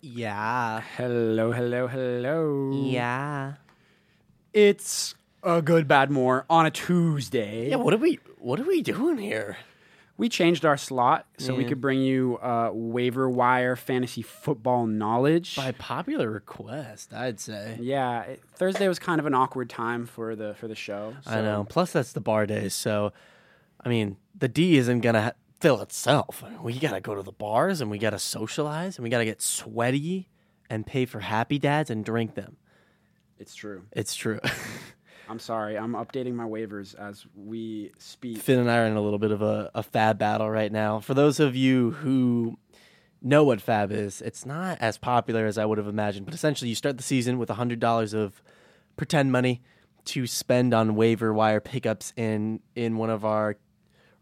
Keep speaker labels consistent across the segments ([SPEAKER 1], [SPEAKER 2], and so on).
[SPEAKER 1] Yeah.
[SPEAKER 2] Hello, hello, hello.
[SPEAKER 1] Yeah.
[SPEAKER 2] It's a good bad more on a Tuesday.
[SPEAKER 3] Yeah, what are we what are we doing here?
[SPEAKER 2] We changed our slot so we
[SPEAKER 1] Yeah.
[SPEAKER 2] could bring you uh, waiver wire fantasy football knowledge.
[SPEAKER 3] By popular request, I'd say.
[SPEAKER 2] yeah, it- Thursday was kind of an awkward time for the for the show.
[SPEAKER 3] I
[SPEAKER 2] so-
[SPEAKER 3] know. Plus that's the bar days, so I mean, the D isn't going to ha- fill itself. I mean, we got to go to the bars and we got to socialize and we got to get sweaty and pay for happy dads and drink them.
[SPEAKER 2] It's true.
[SPEAKER 3] It's true.
[SPEAKER 2] I'm sorry. I'm updating my waivers as we speak.
[SPEAKER 3] Finn and I are in a little bit of a, a fab battle right now. For those of you who know what fab is, it's not as popular as I would have imagined, but essentially you start the season with $100 of pretend money to spend on waiver wire pickups in, in one of our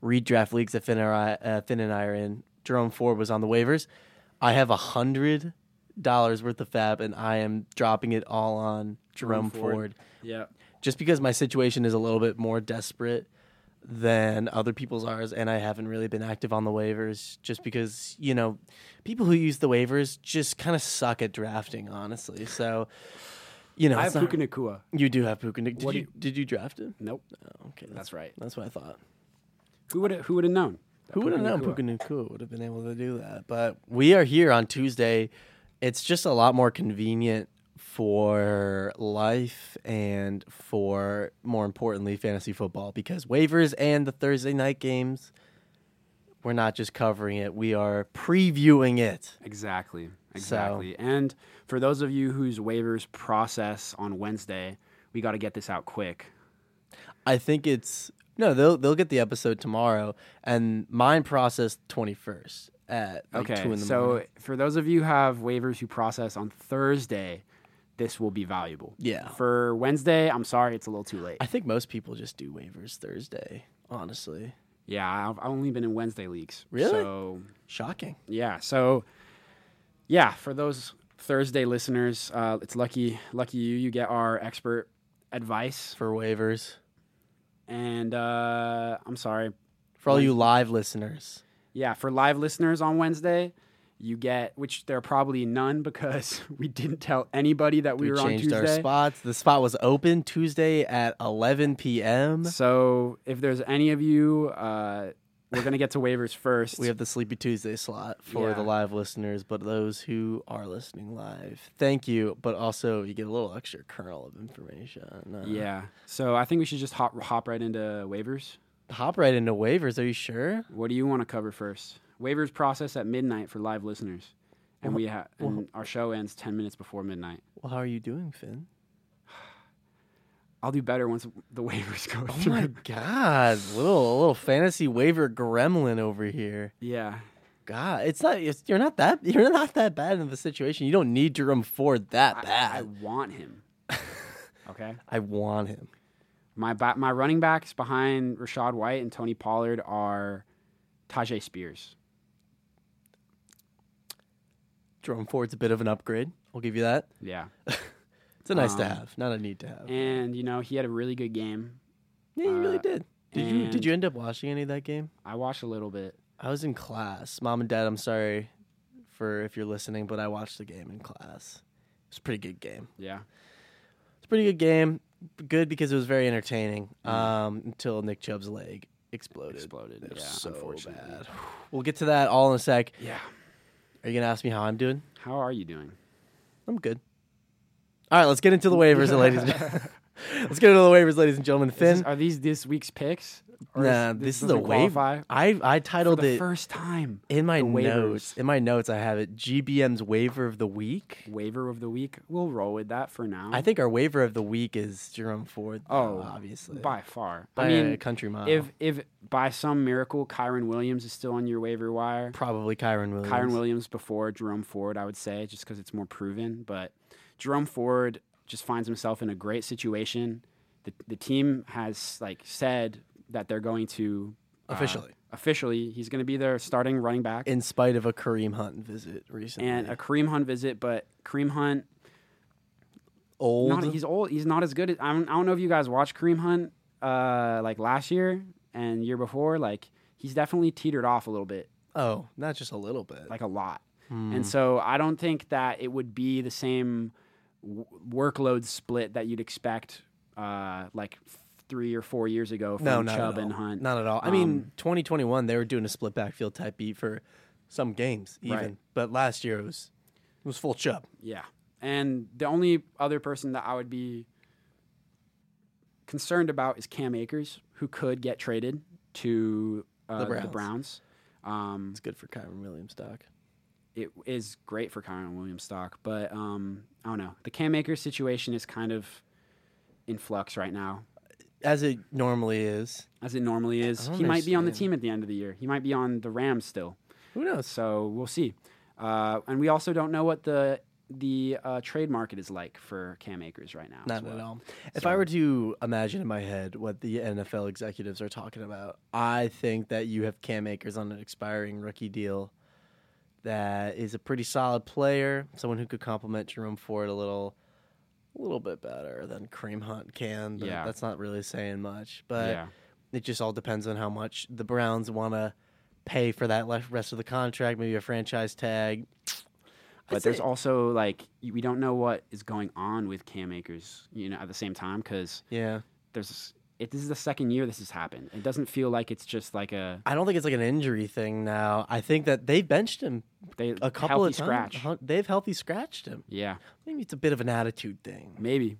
[SPEAKER 3] redraft leagues that Finn and, I, uh, Finn and I are in. Jerome Ford was on the waivers. I have $100 worth of fab, and I am dropping it all on Jerome,
[SPEAKER 2] Ford.
[SPEAKER 3] Ford
[SPEAKER 2] yeah.
[SPEAKER 3] just because my situation is a little bit more desperate than other people's ours and I haven't really been active on the waivers just because, you know, people who use the waivers just kind of suck at drafting, honestly. So, you know,
[SPEAKER 2] I have
[SPEAKER 3] it's not-
[SPEAKER 2] Puka Nakua.
[SPEAKER 3] you do have Puka. Did, you,
[SPEAKER 2] What do
[SPEAKER 3] did you draft him?
[SPEAKER 2] Nope.
[SPEAKER 3] Okay,
[SPEAKER 2] That's right.
[SPEAKER 3] That's what I thought.
[SPEAKER 2] Who would who would have known?
[SPEAKER 3] Who would have known
[SPEAKER 2] Nakua.
[SPEAKER 3] Puka Nakua would have been able to do that? But we are here on Tuesday. It's just a lot more convenient for life and for, more importantly, fantasy football because waivers and the Thursday night games, we're not just covering it, we are previewing it.
[SPEAKER 2] Exactly. Exactly. And for those of you whose waivers process on Wednesday, we got to get this out quick.
[SPEAKER 3] I think it's no, they'll they'll get the episode tomorrow, and mine processed twenty first at like
[SPEAKER 2] okay.
[SPEAKER 3] two in the
[SPEAKER 2] so
[SPEAKER 3] morning.
[SPEAKER 2] for those of you who have waivers who process on Thursday, this will be valuable.
[SPEAKER 3] Yeah.
[SPEAKER 2] For Wednesday, I'm sorry, it's a little too late.
[SPEAKER 3] I think most people just do waivers Thursday. Honestly,
[SPEAKER 2] yeah, I've I've only been in Wednesday leagues.
[SPEAKER 3] Really?
[SPEAKER 2] So
[SPEAKER 3] shocking.
[SPEAKER 2] yeah, so yeah, for those Thursday listeners, uh, it's lucky lucky you you get our expert advice.
[SPEAKER 3] for waivers.
[SPEAKER 2] And uh, I'm sorry,
[SPEAKER 3] For all you live listeners,
[SPEAKER 2] Yeah, for live listeners on Wednesday, you get which there are probably none because we didn't tell anybody that we,
[SPEAKER 3] we,
[SPEAKER 2] were on
[SPEAKER 3] changed
[SPEAKER 2] Tuesday.
[SPEAKER 3] our spots. The spot was open Tuesday at 11 p.m.
[SPEAKER 2] So if there's any of you, uh, we're gonna get to waivers first.
[SPEAKER 3] We have the Sleepy Tuesday slot for the
[SPEAKER 2] Yeah.
[SPEAKER 3] live listeners, but those who are listening live, thank you. But also, you get a little extra kernel of information. Uh,
[SPEAKER 2] yeah. So I think we should just hop hop right into waivers.
[SPEAKER 3] Hop right into waivers. Are you sure?
[SPEAKER 2] What do you want to cover first? Waivers process at midnight for live listeners, and we ha- and our show ends ten minutes before midnight.
[SPEAKER 3] Well, how are you doing, Finn?
[SPEAKER 2] I'll do better once the waivers go
[SPEAKER 3] Oh
[SPEAKER 2] through.
[SPEAKER 3] my God, little little fantasy waiver gremlin over here.
[SPEAKER 2] Yeah.
[SPEAKER 3] God, it's not. It's, you're not that. You're not that bad of a situation. You don't need Jerome Ford that bad.
[SPEAKER 2] I, I want him. okay.
[SPEAKER 3] I want him.
[SPEAKER 2] My ba- my running backs behind Rashad White and Tony Pollard are Tajay Spears.
[SPEAKER 3] Jerome Ford's a bit of an upgrade. I'll give you that.
[SPEAKER 2] Yeah.
[SPEAKER 3] It's a nice to
[SPEAKER 2] Um,
[SPEAKER 3] have, not a need to have.
[SPEAKER 2] And you know, he had a really good game.
[SPEAKER 3] yeah, you really
[SPEAKER 2] uh,
[SPEAKER 3] did. Did you
[SPEAKER 2] and-
[SPEAKER 3] did you end up watching any of that game?
[SPEAKER 2] I watched a little bit.
[SPEAKER 3] I was in class. Mom and Dad, I'm sorry for if you're listening, but I watched the game in class. It's a pretty good game.
[SPEAKER 2] Yeah.
[SPEAKER 3] It's a pretty good game. Good because it was very entertaining.
[SPEAKER 2] Mm.
[SPEAKER 3] Um, until Nick Chubb's leg exploded.
[SPEAKER 2] Exploded.
[SPEAKER 3] It was
[SPEAKER 2] Yeah,
[SPEAKER 3] so
[SPEAKER 2] unfortunately.
[SPEAKER 3] bad. We'll get to that all in a sec.
[SPEAKER 2] Yeah.
[SPEAKER 3] Are you gonna ask me how I'm doing?
[SPEAKER 2] How are you doing?
[SPEAKER 3] I'm good. All right, let's get into the waivers, and ladies. And let's get into the waivers, ladies and gentlemen.
[SPEAKER 2] Is
[SPEAKER 3] Finn,
[SPEAKER 2] this- are these this week's picks? Or
[SPEAKER 3] nah, this, is a
[SPEAKER 2] doesn't
[SPEAKER 3] waiver.
[SPEAKER 2] qualify
[SPEAKER 3] I I
[SPEAKER 2] For
[SPEAKER 3] titled
[SPEAKER 2] the
[SPEAKER 3] it
[SPEAKER 2] first time.
[SPEAKER 3] in my
[SPEAKER 2] the waivers.
[SPEAKER 3] notes. In my notes, I have it GBM's waiver of the week.
[SPEAKER 2] Waiver of the week. We'll roll with that for now.
[SPEAKER 3] I think our waiver of the week is Jerome Ford.
[SPEAKER 2] Oh,
[SPEAKER 3] though, obviously.
[SPEAKER 2] by far.
[SPEAKER 3] By
[SPEAKER 2] I mean,
[SPEAKER 3] country mile.
[SPEAKER 2] if if by some miracle Kyron Williams is still on your waiver wire,
[SPEAKER 3] probably Kyron Williams.
[SPEAKER 2] Kyron Williams before Jerome Ford, I would say, just because it's more proven. But Jerome Ford just finds himself in a great situation. The, the team has like said that they're going to uh,
[SPEAKER 3] Officially.
[SPEAKER 2] officially, he's going to be their starting running back
[SPEAKER 3] in spite of a Kareem Hunt visit recently.
[SPEAKER 2] and a Kareem Hunt visit. But Kareem Hunt,
[SPEAKER 3] old.
[SPEAKER 2] not, he's old. He's not as good. As, I, don't, I don't know if you guys watched Kareem Hunt uh, like last year and year before. Like he's definitely teetered off a little bit,
[SPEAKER 3] oh, not just a little bit.
[SPEAKER 2] like a lot. And so I don't think that it would be the same w- workload split that you'd expect uh, like f- three or four years ago from
[SPEAKER 3] No, not
[SPEAKER 2] Chubb
[SPEAKER 3] at all.
[SPEAKER 2] and Hunt. Um,
[SPEAKER 3] Not at all. I mean, 2021 they were doing a split backfield type beat for some games even,
[SPEAKER 2] Right.
[SPEAKER 3] but last year it was it was full Chubb.
[SPEAKER 2] Yeah. And the only other person that I would be concerned about is Cam Akers, who could get traded to uh, the
[SPEAKER 3] The
[SPEAKER 2] Browns.
[SPEAKER 3] Browns.
[SPEAKER 2] Um,
[SPEAKER 3] It's good for Kyron Williams stock.
[SPEAKER 2] it is great for Kyron Williams stock, but um, I don't know. The Cam Akers situation is kind of in flux right now,
[SPEAKER 3] As it normally is.
[SPEAKER 2] as it normally is.
[SPEAKER 3] don't
[SPEAKER 2] He might be on the
[SPEAKER 3] understand.
[SPEAKER 2] team at the end of the year. He might be on the Rams still.
[SPEAKER 3] Who knows?
[SPEAKER 2] So we'll see. Uh, and we also don't know what the the uh, trade market is like for Cam Akers right now. as
[SPEAKER 3] Not
[SPEAKER 2] well.
[SPEAKER 3] at all. If I were to imagine in my head what the NFL executives are talking about, I think that you have Cam Akers on an expiring rookie deal that is a pretty solid player, someone who could complement Jerome Ford a little a little bit better than Cream Hunt can, but
[SPEAKER 2] Yeah.
[SPEAKER 3] that's not really saying much. But
[SPEAKER 2] Yeah.
[SPEAKER 3] it just all depends on how much the Browns want to pay for that left rest of the contract, maybe a franchise tag.
[SPEAKER 2] But
[SPEAKER 3] I'd
[SPEAKER 2] there's
[SPEAKER 3] say-
[SPEAKER 2] also like y- we don't know what is going on with Cam Akers, you know, at the same time because
[SPEAKER 3] yeah.
[SPEAKER 2] there's it. This is the second year this has happened. It doesn't feel like it's just like a
[SPEAKER 3] I don't think it's like an injury thing now. I think that they benched him
[SPEAKER 2] they
[SPEAKER 3] a couple
[SPEAKER 2] healthy
[SPEAKER 3] of times. Uh-huh.
[SPEAKER 2] scratch.
[SPEAKER 3] Hun- They've healthy scratched him.
[SPEAKER 2] Yeah,
[SPEAKER 3] Maybe it's a bit of an attitude thing.
[SPEAKER 2] maybe,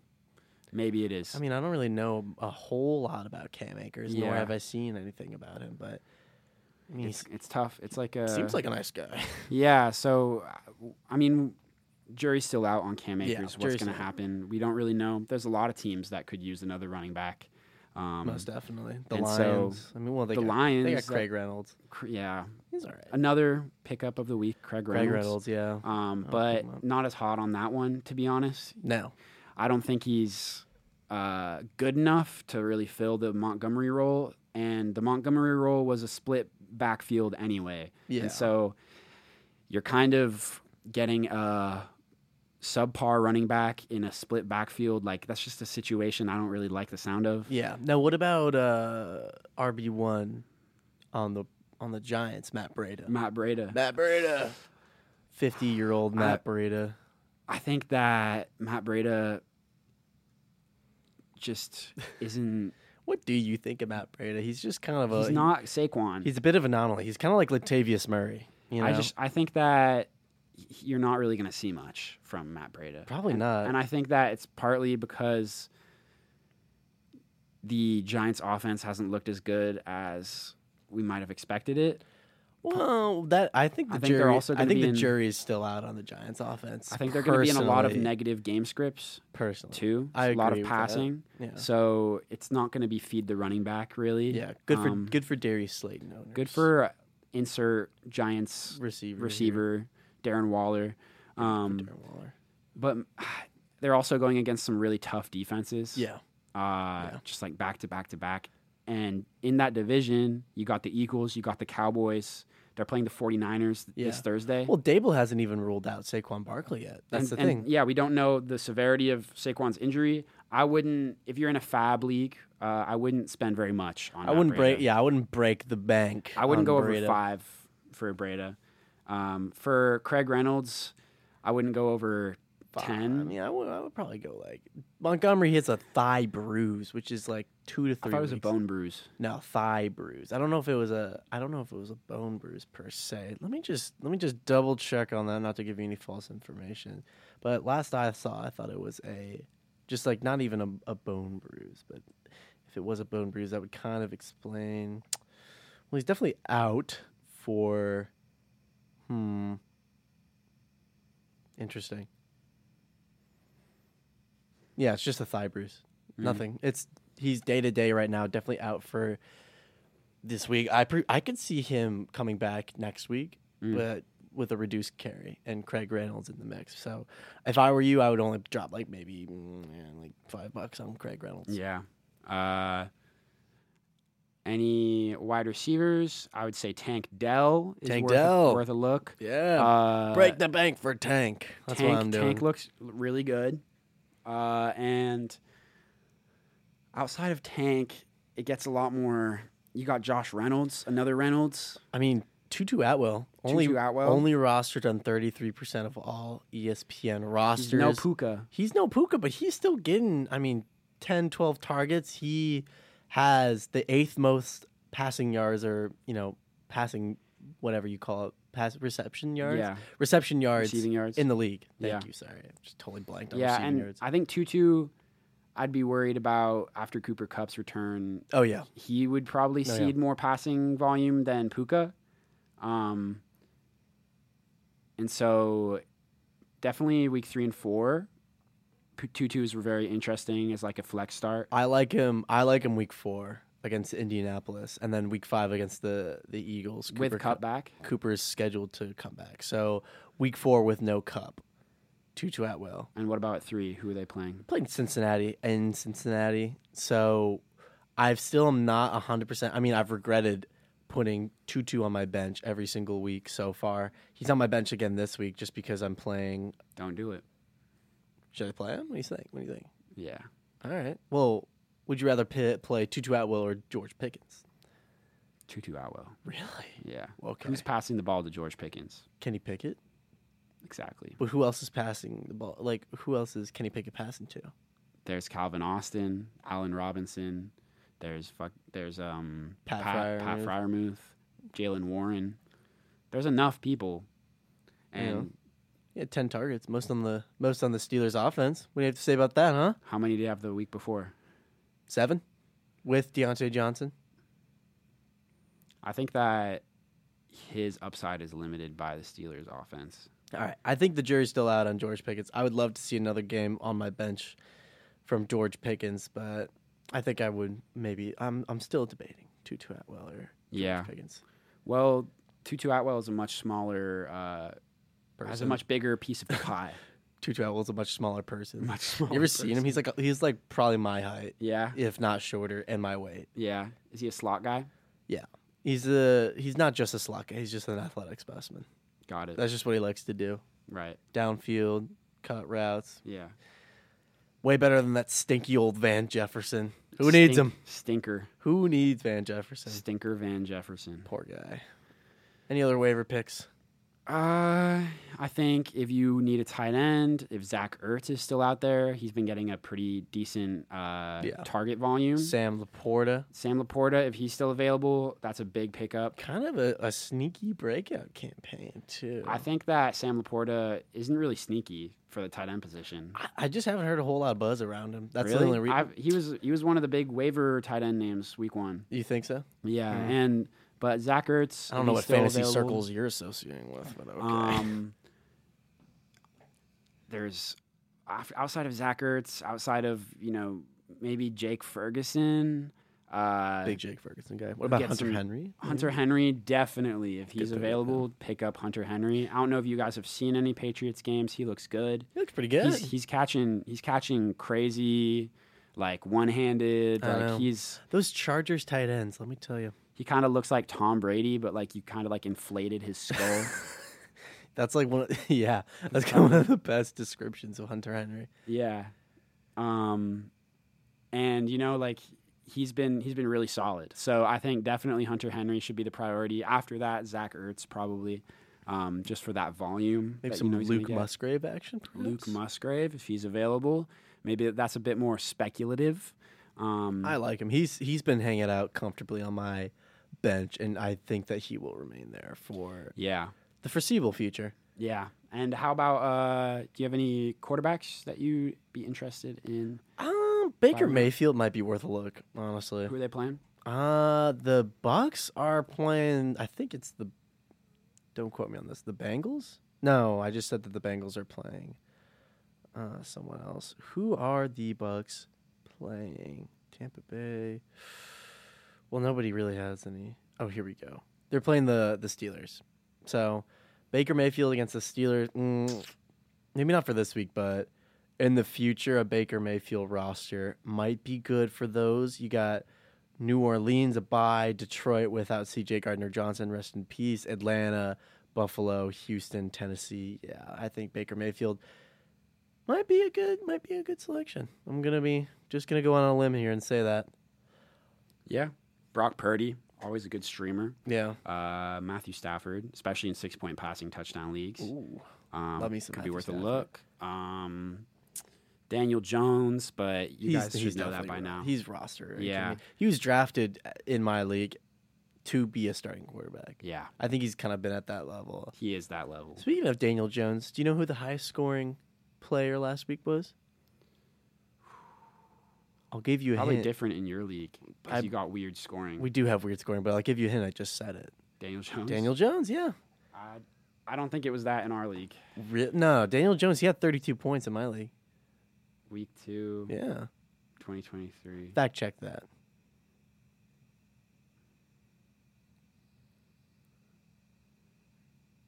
[SPEAKER 2] maybe it is.
[SPEAKER 3] I mean, I don't really know a whole lot about Cam Akers, nor
[SPEAKER 2] Yeah.
[SPEAKER 3] have I seen anything about him. But I mean, he
[SPEAKER 2] it's uh, it's tough. It's like a
[SPEAKER 3] seems like a nice guy.
[SPEAKER 2] yeah. So uh, w- I mean, jury's still out on Cam
[SPEAKER 3] Yeah,
[SPEAKER 2] Akers. What's
[SPEAKER 3] jury's
[SPEAKER 2] going to
[SPEAKER 3] still out.
[SPEAKER 2] happen? We don't really know. There's a lot of teams that could use another running back. Um,
[SPEAKER 3] Most definitely. The
[SPEAKER 2] And so,
[SPEAKER 3] Lions. I mean, well, they
[SPEAKER 2] the
[SPEAKER 3] got, They
[SPEAKER 2] Lions,
[SPEAKER 3] got
[SPEAKER 2] that-
[SPEAKER 3] Craig Reynolds.
[SPEAKER 2] cr- yeah,
[SPEAKER 3] He's all right.
[SPEAKER 2] another pickup of the week, Craig Reynolds.
[SPEAKER 3] Craig Reynolds, Oh, yeah.
[SPEAKER 2] Um,
[SPEAKER 3] I'll pick
[SPEAKER 2] but
[SPEAKER 3] 'em up.
[SPEAKER 2] not as hot on that one, to be honest.
[SPEAKER 3] No.
[SPEAKER 2] I don't think he's uh, good enough to really fill the Montgomery role. And the Montgomery role was a split backfield anyway.
[SPEAKER 3] Yeah.
[SPEAKER 2] And so you're kind of getting a subpar running back in a split backfield. Like, that's just a situation I don't really like the sound of.
[SPEAKER 3] Yeah. Now, what about uh, RB one on the on the Giants? Matt Breda.
[SPEAKER 2] Matt Breda.
[SPEAKER 3] Matt Breda. Fifty year old Matt Breda.
[SPEAKER 2] I think that Matt Breda just isn't.
[SPEAKER 3] What do you think of Matt Breda? He's just kind of a
[SPEAKER 2] he's not Saquon.
[SPEAKER 3] He's a bit of an anomaly. He's kind of like Latavius Murray. You know,
[SPEAKER 2] I just I think that y- you're not really going to see much from Matt Breda.
[SPEAKER 3] probably
[SPEAKER 2] And-
[SPEAKER 3] not.
[SPEAKER 2] And I think that it's partly because the Giants offense hasn't looked as good as we might have expected it.
[SPEAKER 3] well, that I think the
[SPEAKER 2] I think they're
[SPEAKER 3] jury.
[SPEAKER 2] also
[SPEAKER 3] I
[SPEAKER 2] gonna
[SPEAKER 3] think
[SPEAKER 2] be
[SPEAKER 3] the
[SPEAKER 2] in-
[SPEAKER 3] jury is still out on the Giants' offense.
[SPEAKER 2] I think they're going to be in a lot of
[SPEAKER 3] Personally-
[SPEAKER 2] negative game scripts
[SPEAKER 3] personally.
[SPEAKER 2] too.
[SPEAKER 3] I
[SPEAKER 2] a lot
[SPEAKER 3] agree
[SPEAKER 2] of
[SPEAKER 3] with that.
[SPEAKER 2] passing.
[SPEAKER 3] Yeah,
[SPEAKER 2] So it's not going to be feed the running back really.
[SPEAKER 3] yeah. Good for
[SPEAKER 2] Um,
[SPEAKER 3] good for Darius Slayton. Owners.
[SPEAKER 2] Good for insert Giants
[SPEAKER 3] receiver here.
[SPEAKER 2] receiver Darren Waller. Um,
[SPEAKER 3] Darren Waller.
[SPEAKER 2] but they're also going against some really tough defenses.
[SPEAKER 3] Yeah,
[SPEAKER 2] Uh,
[SPEAKER 3] Yeah.
[SPEAKER 2] Just like back to back to back. And in that division, you got the Eagles, you got the Cowboys. They're playing the 49ers th- this
[SPEAKER 3] Yeah.
[SPEAKER 2] Thursday.
[SPEAKER 3] Well, Dable hasn't even ruled out Saquon Barkley yet. That's
[SPEAKER 2] And-
[SPEAKER 3] the
[SPEAKER 2] and,
[SPEAKER 3] thing.
[SPEAKER 2] Yeah, we don't know the severity of Saquon's injury. I wouldn't, if you're in a fab league, uh, I wouldn't spend very much on
[SPEAKER 3] I wouldn't
[SPEAKER 2] Matt
[SPEAKER 3] break.
[SPEAKER 2] Breida.
[SPEAKER 3] Yeah, I wouldn't break the bank.
[SPEAKER 2] I wouldn't
[SPEAKER 3] on
[SPEAKER 2] go
[SPEAKER 3] Breida.
[SPEAKER 2] over five for Breda. Um, for Craig Reynolds, I wouldn't go over
[SPEAKER 3] Five.
[SPEAKER 2] 10.
[SPEAKER 3] I mean, I would, I would probably go like Montgomery hits a thigh bruise, which is like two to
[SPEAKER 2] I
[SPEAKER 3] three.
[SPEAKER 2] thought it was a
[SPEAKER 3] weeks.
[SPEAKER 2] bone bruise.
[SPEAKER 3] No, thigh bruise. I don't know if it was a. I don't know if it was a bone bruise per se. Let me just let me just double check on that, not to give you any false information. But last I saw, I thought it was a, just like not even a, a bone bruise. But if it was a bone bruise, that would kind of explain. Well, he's definitely out for. Hmm. Interesting. Yeah, it's just a thigh bruise. Nothing. It's he's day to day right now. Definitely out for this week. I pre- I could see him coming back next week, but with a reduced carry and Craig Reynolds in the mix. So if I were you, I would only drop like maybe mm, yeah, like five bucks on Craig Reynolds.
[SPEAKER 2] Yeah. Uh, any wide receivers? I would say Tank Dell is
[SPEAKER 3] Tank
[SPEAKER 2] worth,
[SPEAKER 3] Dell.
[SPEAKER 2] worth a look.
[SPEAKER 3] Yeah,
[SPEAKER 2] Uh,
[SPEAKER 3] break the bank for Tank. That's
[SPEAKER 2] Tank,
[SPEAKER 3] what I'm doing.
[SPEAKER 2] Tank looks l- really good. Uh, and outside of Tank, it gets a lot more. You got Josh Reynolds, another Reynolds.
[SPEAKER 3] I mean, Tutu Atwell only
[SPEAKER 2] Tutu Atwell?
[SPEAKER 3] only rostered on 33% of all E ESPN rosters.
[SPEAKER 2] No Puka.
[SPEAKER 3] He's no Puka, but he's still getting, I mean, 10, 12 targets. He has the eighth most passing yards or, you know, passing, whatever you call it, pass reception yards.
[SPEAKER 2] Yeah.
[SPEAKER 3] Reception yards
[SPEAKER 2] Receiving yards.
[SPEAKER 3] in the league. Thank
[SPEAKER 2] Yeah.
[SPEAKER 3] you. Sorry. I'm just totally blanked on
[SPEAKER 2] yeah,
[SPEAKER 3] receiving
[SPEAKER 2] and
[SPEAKER 3] yards.
[SPEAKER 2] I think Tutu, I'd be worried about after Cooper Cup's return.
[SPEAKER 3] oh, yeah.
[SPEAKER 2] He would probably
[SPEAKER 3] Oh, yeah.
[SPEAKER 2] seed more passing volume than Puka. Um, and so definitely week three and four, P- Tutus were very interesting as like a flex start.
[SPEAKER 3] I like him. I like him week four against Indianapolis and then week five against the, the Eagles.
[SPEAKER 2] with
[SPEAKER 3] Cup.
[SPEAKER 2] Cup back.
[SPEAKER 3] Cooper is scheduled to come back. So week four with no cup. Tutu Atwell
[SPEAKER 2] And what about at three? Who are they playing?
[SPEAKER 3] playing Cincinnati in Cincinnati. So I've still am not hundred percent. I mean, I've regretted putting Tutu on my bench every single week so far. He's on my bench again this week just because I'm playing.
[SPEAKER 2] Don't do it.
[SPEAKER 3] Should I play him? What do you think? What do you think?
[SPEAKER 2] Yeah.
[SPEAKER 3] All right. Well, would you rather pi play Tutu Atwell or George Pickens?
[SPEAKER 2] Tutu Atwell.
[SPEAKER 3] Really?
[SPEAKER 2] Yeah.
[SPEAKER 3] Okay.
[SPEAKER 2] Who's passing the ball to George Pickens?
[SPEAKER 3] Kenny Pickett?
[SPEAKER 2] Exactly.
[SPEAKER 3] But who else is passing the ball? Like who else is Kenny Pickett passing to?
[SPEAKER 2] There's Calvin Austin, Allen Robinson. There's fuck. There's um
[SPEAKER 3] Pat
[SPEAKER 2] Pat
[SPEAKER 3] Fryermuth.
[SPEAKER 2] Fryermuth, Jalen Warren. There's enough people, and
[SPEAKER 3] Yeah. He had ten targets, most on the most on the Steelers offense. What do you have to say about that, huh?
[SPEAKER 2] how many did you have the week before?
[SPEAKER 3] Seven with Deontay Johnson.
[SPEAKER 2] I think that his upside is limited by the Steelers' offense.
[SPEAKER 3] All right, I think the jury's still out on George Pickens. I would love to see another game on my bench from George Pickens, but I think I would maybe. I'm I'm still debating Tutu Atwell or
[SPEAKER 2] Yeah.
[SPEAKER 3] Pickens.
[SPEAKER 2] Well, Tutu Atwell is a much smaller, uh, has a
[SPEAKER 3] Person.
[SPEAKER 2] much bigger piece of the pie.
[SPEAKER 3] Tutu Atwell's a much smaller person.
[SPEAKER 2] much smaller.
[SPEAKER 3] you ever seen him? He's like he's like probably my height,
[SPEAKER 2] Yeah.
[SPEAKER 3] if not shorter, and my weight.
[SPEAKER 2] Yeah. Is he a slot guy?
[SPEAKER 3] He's a he's not just a slot guy. He's just an athletic specimen.
[SPEAKER 2] Got it.
[SPEAKER 3] That's just what he likes to do.
[SPEAKER 2] right.
[SPEAKER 3] Downfield, cut routes,
[SPEAKER 2] Yeah.
[SPEAKER 3] Way better than that stinky old Van Jefferson. Who
[SPEAKER 2] Stink-
[SPEAKER 3] needs him?
[SPEAKER 2] Stinker.
[SPEAKER 3] Who needs Van Jefferson?
[SPEAKER 2] Stinker Van Jefferson.
[SPEAKER 3] Poor guy. Any other waiver picks?
[SPEAKER 2] Uh, I think if you need a tight end, if Zach Ertz is still out there, he's been getting a pretty decent uh,
[SPEAKER 3] Yeah.
[SPEAKER 2] target volume.
[SPEAKER 3] Sam Laporta.
[SPEAKER 2] Sam Laporta, if he's still available, that's a big pickup.
[SPEAKER 3] Kind of a, a sneaky breakout campaign, too.
[SPEAKER 2] I think that Sam Laporta isn't really sneaky for the tight end position.
[SPEAKER 3] I, I just haven't heard a whole lot of buzz around him. That's the
[SPEAKER 2] really,
[SPEAKER 3] only reason.
[SPEAKER 2] I've- he was he was one of the big waiver tight end names week one.
[SPEAKER 3] You think so?
[SPEAKER 2] Yeah, and but Zach Ertz,
[SPEAKER 3] I don't
[SPEAKER 2] if
[SPEAKER 3] know
[SPEAKER 2] he's
[SPEAKER 3] what
[SPEAKER 2] still
[SPEAKER 3] fantasy
[SPEAKER 2] available-
[SPEAKER 3] circles you're associating with, but okay.
[SPEAKER 2] Um, there's af- outside of Zach Ertz, outside of you know maybe Jake Ferguson, uh,
[SPEAKER 3] Big Jake Ferguson guy. What about
[SPEAKER 2] get
[SPEAKER 3] Hunter
[SPEAKER 2] some-
[SPEAKER 3] Henry?
[SPEAKER 2] Hunter Henry definitely if
[SPEAKER 3] pick,
[SPEAKER 2] he's
[SPEAKER 3] yeah.
[SPEAKER 2] available, pick up Hunter Henry. I don't know if you guys have seen any Patriots games. He looks good.
[SPEAKER 3] He looks pretty good.
[SPEAKER 2] He's he's catching he's catching crazy, like one handed.
[SPEAKER 3] I know.
[SPEAKER 2] Like he's
[SPEAKER 3] Those Chargers tight ends, let me tell you.
[SPEAKER 2] he kind of looks like Tom Brady, but like you kind of like inflated his skull.
[SPEAKER 3] That's like one of, yeah, that's kind of one of the best descriptions of Hunter Henry.
[SPEAKER 2] Yeah. Um and you know like he's been he's been really solid. So I think definitely Hunter Henry should be the priority. After that, Zach Ertz probably. Um, just for that volume.
[SPEAKER 3] Maybe
[SPEAKER 2] that
[SPEAKER 3] some
[SPEAKER 2] you know he's gonna
[SPEAKER 3] Luke
[SPEAKER 2] get.
[SPEAKER 3] Musgrave action.
[SPEAKER 2] Luke
[SPEAKER 3] perhaps?
[SPEAKER 2] Musgrave, if he's available. Maybe that's a bit more speculative. Um
[SPEAKER 3] I like him. He's he's been hanging out comfortably on my bench, and I think that he will remain there for
[SPEAKER 2] yeah.
[SPEAKER 3] the foreseeable future.
[SPEAKER 2] Yeah. And how about uh do you have any quarterbacks that you'd be interested in?
[SPEAKER 3] Um, Baker
[SPEAKER 2] Byron.
[SPEAKER 3] Mayfield might be worth a look, honestly.
[SPEAKER 2] Who are they playing?
[SPEAKER 3] Uh, the Bucks are playing. I think it's the. Don't quote me on this. The Bengals? No, I just said that the Bengals are playing. Uh, someone else. Who are the Bucks playing? Tampa Bay. Well, nobody really has any. Oh, here we go. They're playing the the Steelers. So, Baker Mayfield against the Steelers. Mm, maybe not for this week, but in the future, a Baker Mayfield roster might be good for those. You got New Orleans a bye, Detroit without C.J. Gardner Johnson, rest in peace. Atlanta, Buffalo, Houston, Tennessee. Yeah, I think Baker Mayfield might be a good might be a good selection. I'm gonna be just gonna go on a limb here and say that.
[SPEAKER 2] Yeah. Brock Purdy, always a good streamer.
[SPEAKER 3] Yeah.
[SPEAKER 2] Uh, Matthew Stafford, especially in six point passing touchdown leagues.
[SPEAKER 3] Ooh.
[SPEAKER 2] Um,
[SPEAKER 3] Love me some
[SPEAKER 2] could
[SPEAKER 3] Matthew
[SPEAKER 2] be worth
[SPEAKER 3] Stafford.
[SPEAKER 2] a look. Um, Daniel Jones, but you
[SPEAKER 3] He's-
[SPEAKER 2] guys
[SPEAKER 3] he's
[SPEAKER 2] should know that
[SPEAKER 3] definitely
[SPEAKER 2] by
[SPEAKER 3] ro-
[SPEAKER 2] now.
[SPEAKER 3] He's roster.
[SPEAKER 2] Yeah.
[SPEAKER 3] He was drafted in my league to be a starting quarterback.
[SPEAKER 2] yeah,
[SPEAKER 3] I think he's kind of been at that level.
[SPEAKER 2] he is that level.
[SPEAKER 3] Speaking of Daniel Jones, do you know who the highest scoring player last week was? I'll give you a
[SPEAKER 2] Probably
[SPEAKER 3] hint.
[SPEAKER 2] different in your league
[SPEAKER 3] I-
[SPEAKER 2] because you got weird scoring.
[SPEAKER 3] we do have weird scoring, but I'll give you a hint. I just said it.
[SPEAKER 2] Daniel Jones.
[SPEAKER 3] Daniel Jones, yeah.
[SPEAKER 2] I, I don't think it was that in our league.
[SPEAKER 3] Re- no, Daniel Jones, he had 32 points in my league.
[SPEAKER 2] Week two,
[SPEAKER 3] Yeah.
[SPEAKER 2] 2023.
[SPEAKER 3] Fact check that.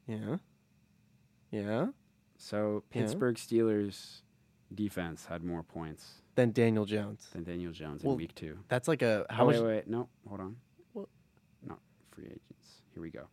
[SPEAKER 3] Yeah. Yeah.
[SPEAKER 2] So
[SPEAKER 3] Yeah.
[SPEAKER 2] Pittsburgh Steelers defense had more points
[SPEAKER 3] Then Daniel Jones.
[SPEAKER 2] than Daniel Jones
[SPEAKER 3] Well,
[SPEAKER 2] in week two.
[SPEAKER 3] That's like a how
[SPEAKER 2] Oh, wait,
[SPEAKER 3] much?
[SPEAKER 2] wait, no, hold on.
[SPEAKER 3] What?
[SPEAKER 2] Not free agents. Here we go.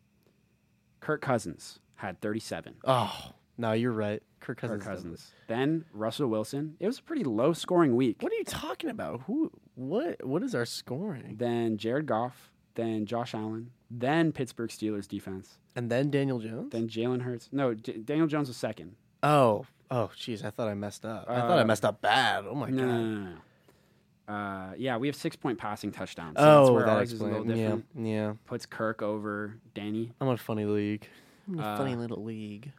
[SPEAKER 2] Kirk Cousins had 37.
[SPEAKER 3] Oh, no, you're right. Kirk Cousins.
[SPEAKER 2] Kirk
[SPEAKER 3] does
[SPEAKER 2] Cousins.
[SPEAKER 3] this.
[SPEAKER 2] Then Russell Wilson. It was a pretty low scoring week.
[SPEAKER 3] What are you talking about? Who? What? What is our scoring?
[SPEAKER 2] Then Jared Goff. Then Josh Allen. Then Pittsburgh Steelers defense.
[SPEAKER 3] And then Daniel Jones.
[SPEAKER 2] Then Jalen Hurts. No, J- Daniel Jones was second.
[SPEAKER 3] oh, oh, jeez, I thought I messed up. I thought I
[SPEAKER 2] Uh,
[SPEAKER 3] messed up bad. Oh my
[SPEAKER 2] No, no,
[SPEAKER 3] god.
[SPEAKER 2] no, no, no. Uh, yeah, we have six point passing touchdowns. So that's
[SPEAKER 3] oh,
[SPEAKER 2] where
[SPEAKER 3] that
[SPEAKER 2] ours is a little
[SPEAKER 3] explains. Yeah,
[SPEAKER 2] different.
[SPEAKER 3] yeah.
[SPEAKER 2] Puts Kirk over Danny.
[SPEAKER 3] I'm on a funny league. I'm in a funny
[SPEAKER 2] Uh,
[SPEAKER 3] little league.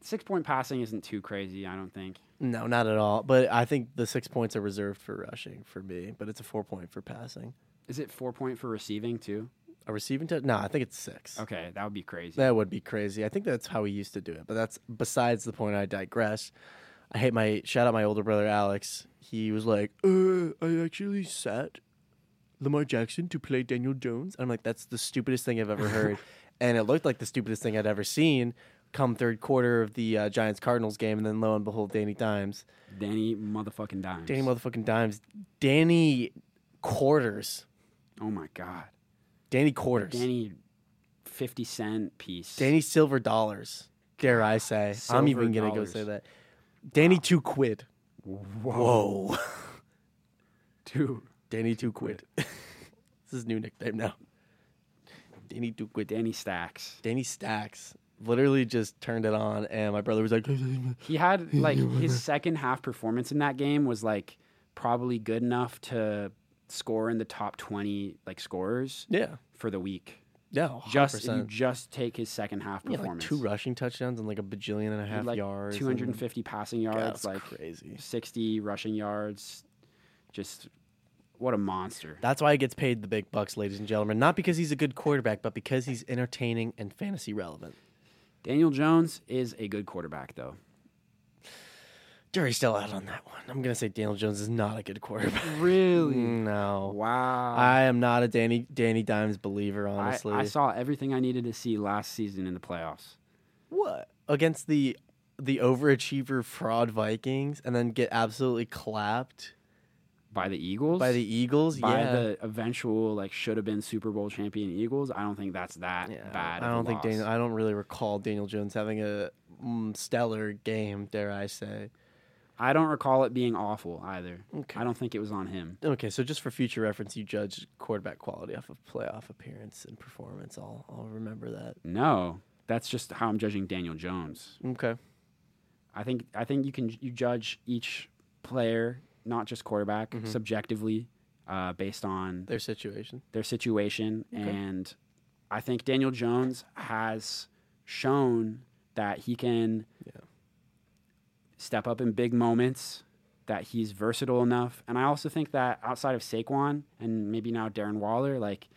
[SPEAKER 2] Six point passing isn't too crazy, I don't think.
[SPEAKER 3] No, not at all. But I think the six points are reserved for rushing for me, but it's a four point for passing.
[SPEAKER 2] Is it four point for receiving too?
[SPEAKER 3] A receiving touch? No, I think it's six.
[SPEAKER 2] Okay, that would be crazy.
[SPEAKER 3] That would be crazy. I think that's how we used to do it. But that's besides the point. I digress. I hate my shout out my older brother Alex. He was like, uh, I actually sat Lamar Jackson to play Daniel Jones. I'm like, that's the stupidest thing I've ever heard. and it looked like the stupidest thing I'd ever seen come third quarter of the uh, Giants Cardinals game. And then lo and behold, Danny Dimes.
[SPEAKER 2] Danny motherfucking dimes.
[SPEAKER 3] Danny motherfucking dimes. Danny quarters.
[SPEAKER 2] oh my god.
[SPEAKER 3] Danny quarters. Danny,
[SPEAKER 2] Danny fifty cent piece.
[SPEAKER 3] silver dollars. Dare I say? I'm
[SPEAKER 2] Silver
[SPEAKER 3] even gonna
[SPEAKER 2] dollars.
[SPEAKER 3] go say that. Danny two quid. Whoa.
[SPEAKER 2] Dude.
[SPEAKER 3] Danny two quid. this is his new nickname now. Danny two quid.
[SPEAKER 2] Danny Stacks.
[SPEAKER 3] Danny Stacks literally just turned it on, and my brother was like,
[SPEAKER 2] He had like his second half performance in that game was like probably good enough to score in the top twenty like scorers
[SPEAKER 3] "Yeah,
[SPEAKER 2] for the week.
[SPEAKER 3] yeah,
[SPEAKER 2] Just if you
[SPEAKER 3] 100%.
[SPEAKER 2] just take his second half
[SPEAKER 3] He had, like
[SPEAKER 2] performance.
[SPEAKER 3] two rushing touchdowns and like a bajillion and a
[SPEAKER 2] He had,
[SPEAKER 3] half
[SPEAKER 2] like
[SPEAKER 3] yards,
[SPEAKER 2] two hundred and fifty passing yards,
[SPEAKER 3] yards.
[SPEAKER 2] like
[SPEAKER 3] crazy.
[SPEAKER 2] sixty rushing yards. Just what a monster.
[SPEAKER 3] That's why he gets paid the big bucks, ladies and gentlemen. Not because he's a good quarterback, but because he's entertaining and fantasy relevant.
[SPEAKER 2] Daniel Jones is a good quarterback though.
[SPEAKER 3] Jury's still out on that one. I'm gonna say Daniel Jones is not a good quarterback.
[SPEAKER 2] Really?
[SPEAKER 3] No,
[SPEAKER 2] Wow.
[SPEAKER 3] Mm. I am not a Danny Danny Dimes believer.
[SPEAKER 2] I-
[SPEAKER 3] Honestly,
[SPEAKER 2] I, saw everything I needed to see last season in the playoffs.
[SPEAKER 3] what against the the overachiever fraud Vikings, and then get absolutely clapped
[SPEAKER 2] By the Eagles?
[SPEAKER 3] by the Eagles.
[SPEAKER 2] by
[SPEAKER 3] yeah,
[SPEAKER 2] the eventual like should have been Super Bowl champion Eagles. I don't think that's that
[SPEAKER 3] Yeah,
[SPEAKER 2] bad.
[SPEAKER 3] I
[SPEAKER 2] of
[SPEAKER 3] don't
[SPEAKER 2] a
[SPEAKER 3] think
[SPEAKER 2] loss.
[SPEAKER 3] Daniel. I don't really recall Daniel Jones having a mm, stellar game. Dare I say?
[SPEAKER 2] I don't recall it being awful either.
[SPEAKER 3] Okay.
[SPEAKER 2] I don't think it was on him.
[SPEAKER 3] Okay, so just for future reference, you judge quarterback quality off of playoff appearance and performance. I'll I'll remember that.
[SPEAKER 2] No, that's just how I'm judging Daniel Jones.
[SPEAKER 3] Okay.
[SPEAKER 2] I think I think you can you judge each player, not just quarterback,
[SPEAKER 3] Mm-hmm.
[SPEAKER 2] subjectively, uh, based on
[SPEAKER 3] Their situation.
[SPEAKER 2] their situation.
[SPEAKER 3] Okay.
[SPEAKER 2] And I think Daniel Jones has shown that he can
[SPEAKER 3] Yeah.
[SPEAKER 2] step up in big moments, that he's versatile enough. And I also think that outside of Saquon and maybe now Darren Waller, like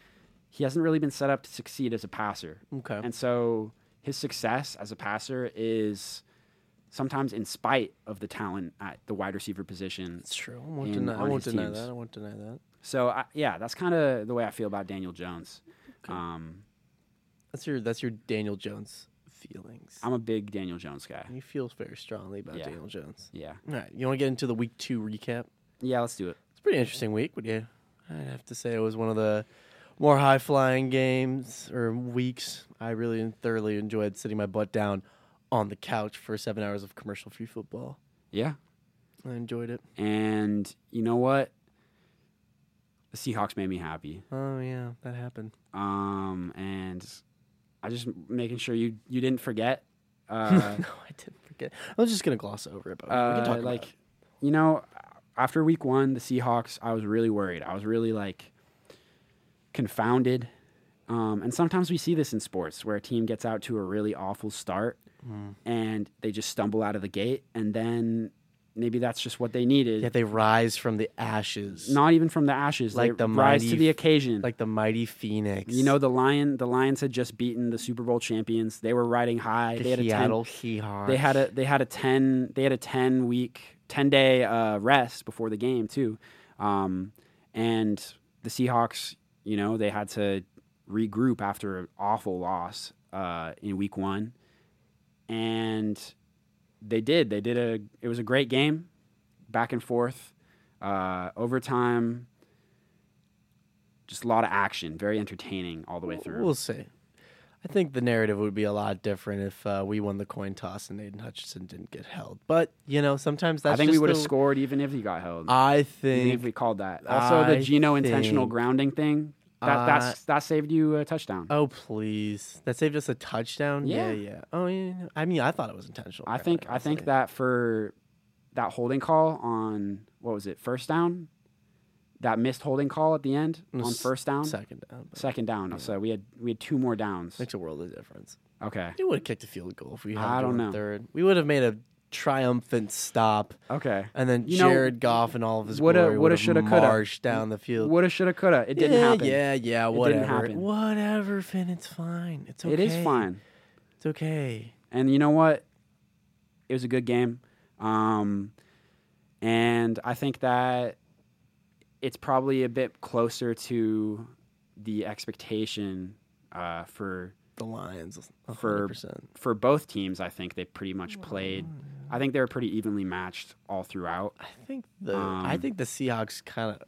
[SPEAKER 2] he hasn't really been set up to succeed as a passer.
[SPEAKER 3] Okay.
[SPEAKER 2] And so his success as a passer is sometimes in spite of the talent at the wide receiver position.
[SPEAKER 3] That's true. I won't
[SPEAKER 2] in-
[SPEAKER 3] deny. I
[SPEAKER 2] on
[SPEAKER 3] won't
[SPEAKER 2] his
[SPEAKER 3] deny
[SPEAKER 2] teams.
[SPEAKER 3] that. I won't deny that.
[SPEAKER 2] So I, yeah, that's kind of the way I feel about Daniel Jones. Um,
[SPEAKER 3] That's your that's your Daniel Jones feelings.
[SPEAKER 2] I'm a big Daniel Jones guy.
[SPEAKER 3] you feel very strongly about
[SPEAKER 2] Yeah.
[SPEAKER 3] Daniel Jones.
[SPEAKER 2] Yeah.
[SPEAKER 3] All right. You want to get into the week two recap?
[SPEAKER 2] Yeah, let's do it.
[SPEAKER 3] It's a pretty interesting week, would you? I'd have to say it was one of the more high flying games or weeks. I really and thoroughly enjoyed sitting my butt down on the couch for seven hours of commercial free football.
[SPEAKER 2] Yeah.
[SPEAKER 3] I enjoyed it.
[SPEAKER 2] And you know what? the Seahawks made me happy.
[SPEAKER 3] Oh yeah, that happened.
[SPEAKER 2] Um, and I just making sure you you didn't forget. Uh,
[SPEAKER 3] no, I didn't forget. I was just gonna gloss over it, but we can
[SPEAKER 2] uh,
[SPEAKER 3] talk about
[SPEAKER 2] like,
[SPEAKER 3] it.
[SPEAKER 2] you know, after week one, the Seahawks, I was really worried. I was really like confounded. Um, and sometimes we see this in sports where a team gets out to a really awful start
[SPEAKER 3] Mm.
[SPEAKER 2] and they just stumble out of the gate. And then maybe that's just what they needed.
[SPEAKER 3] Yeah, they rise from the ashes,
[SPEAKER 2] Not even from the ashes,
[SPEAKER 3] Like
[SPEAKER 2] they
[SPEAKER 3] the
[SPEAKER 2] rise
[SPEAKER 3] mighty
[SPEAKER 2] to the
[SPEAKER 3] f-
[SPEAKER 2] occasion.
[SPEAKER 3] like the mighty phoenix.
[SPEAKER 2] you know, the lion, the Lions had just beaten the Super Bowl champions. They were riding high.
[SPEAKER 3] the
[SPEAKER 2] they had a 10
[SPEAKER 3] Seattle Seahawks.
[SPEAKER 2] they had a they had a ten they had a ten week ten day uh, rest before the game too, um, and the Seahawks you know they had to regroup after an awful loss uh, in week one, and they did they did a it was a great game, back and forth, uh, overtime. Just a lot of action, very entertaining all the way through.
[SPEAKER 3] We'll see. I think the narrative would be a lot different if uh, we won the coin toss and Aiden Hutchinson didn't get held. But you know, sometimes that's
[SPEAKER 2] I think we
[SPEAKER 3] just
[SPEAKER 2] would have
[SPEAKER 3] the-
[SPEAKER 2] scored even if he got held.
[SPEAKER 3] I
[SPEAKER 2] Even
[SPEAKER 3] think
[SPEAKER 2] if we called that. Also, the
[SPEAKER 3] I
[SPEAKER 2] Geno intentional
[SPEAKER 3] think-
[SPEAKER 2] grounding thing that
[SPEAKER 3] Uh,
[SPEAKER 2] that's, that saved you a touchdown.
[SPEAKER 3] Oh please! That saved us a touchdown.
[SPEAKER 2] Yeah.
[SPEAKER 3] Yeah, yeah. Oh yeah. no. I mean, I thought it was intentional.
[SPEAKER 2] I
[SPEAKER 3] quite
[SPEAKER 2] think I think
[SPEAKER 3] honestly.
[SPEAKER 2] that for that holding call on what was it first down, that missed holding call at the end
[SPEAKER 3] It was
[SPEAKER 2] on first down,
[SPEAKER 3] second down but
[SPEAKER 2] second down. So we had we had two more downs.
[SPEAKER 3] makes a world of difference.
[SPEAKER 2] Okay,
[SPEAKER 3] We would have kicked a field goal if we had
[SPEAKER 2] I don't know.
[SPEAKER 3] third. We would have made a triumphant stop,
[SPEAKER 2] okay.
[SPEAKER 3] and then
[SPEAKER 2] You know,
[SPEAKER 3] Jared Goff and all of his
[SPEAKER 2] woulda-
[SPEAKER 3] glory
[SPEAKER 2] woulda,
[SPEAKER 3] would
[SPEAKER 2] shoulda,
[SPEAKER 3] have
[SPEAKER 2] coulda.
[SPEAKER 3] marched down the field.
[SPEAKER 2] Woulda, shoulda, coulda. It didn't
[SPEAKER 3] yeah,
[SPEAKER 2] happen.
[SPEAKER 3] Yeah, yeah,
[SPEAKER 2] didn't
[SPEAKER 3] whatever.
[SPEAKER 2] happen.
[SPEAKER 3] Whatever, Finn. It's fine. It's okay.
[SPEAKER 2] It is fine.
[SPEAKER 3] It's okay.
[SPEAKER 2] And you know what? It was a good game. Um, and I think that it's probably a bit closer to the expectation uh, for
[SPEAKER 3] The Lions,
[SPEAKER 2] For-
[SPEAKER 3] hundred percent.
[SPEAKER 2] for both teams. I think they pretty much played. I think they were pretty evenly matched all throughout.
[SPEAKER 3] I think the I
[SPEAKER 2] Um,
[SPEAKER 3] think the Seahawks kind of.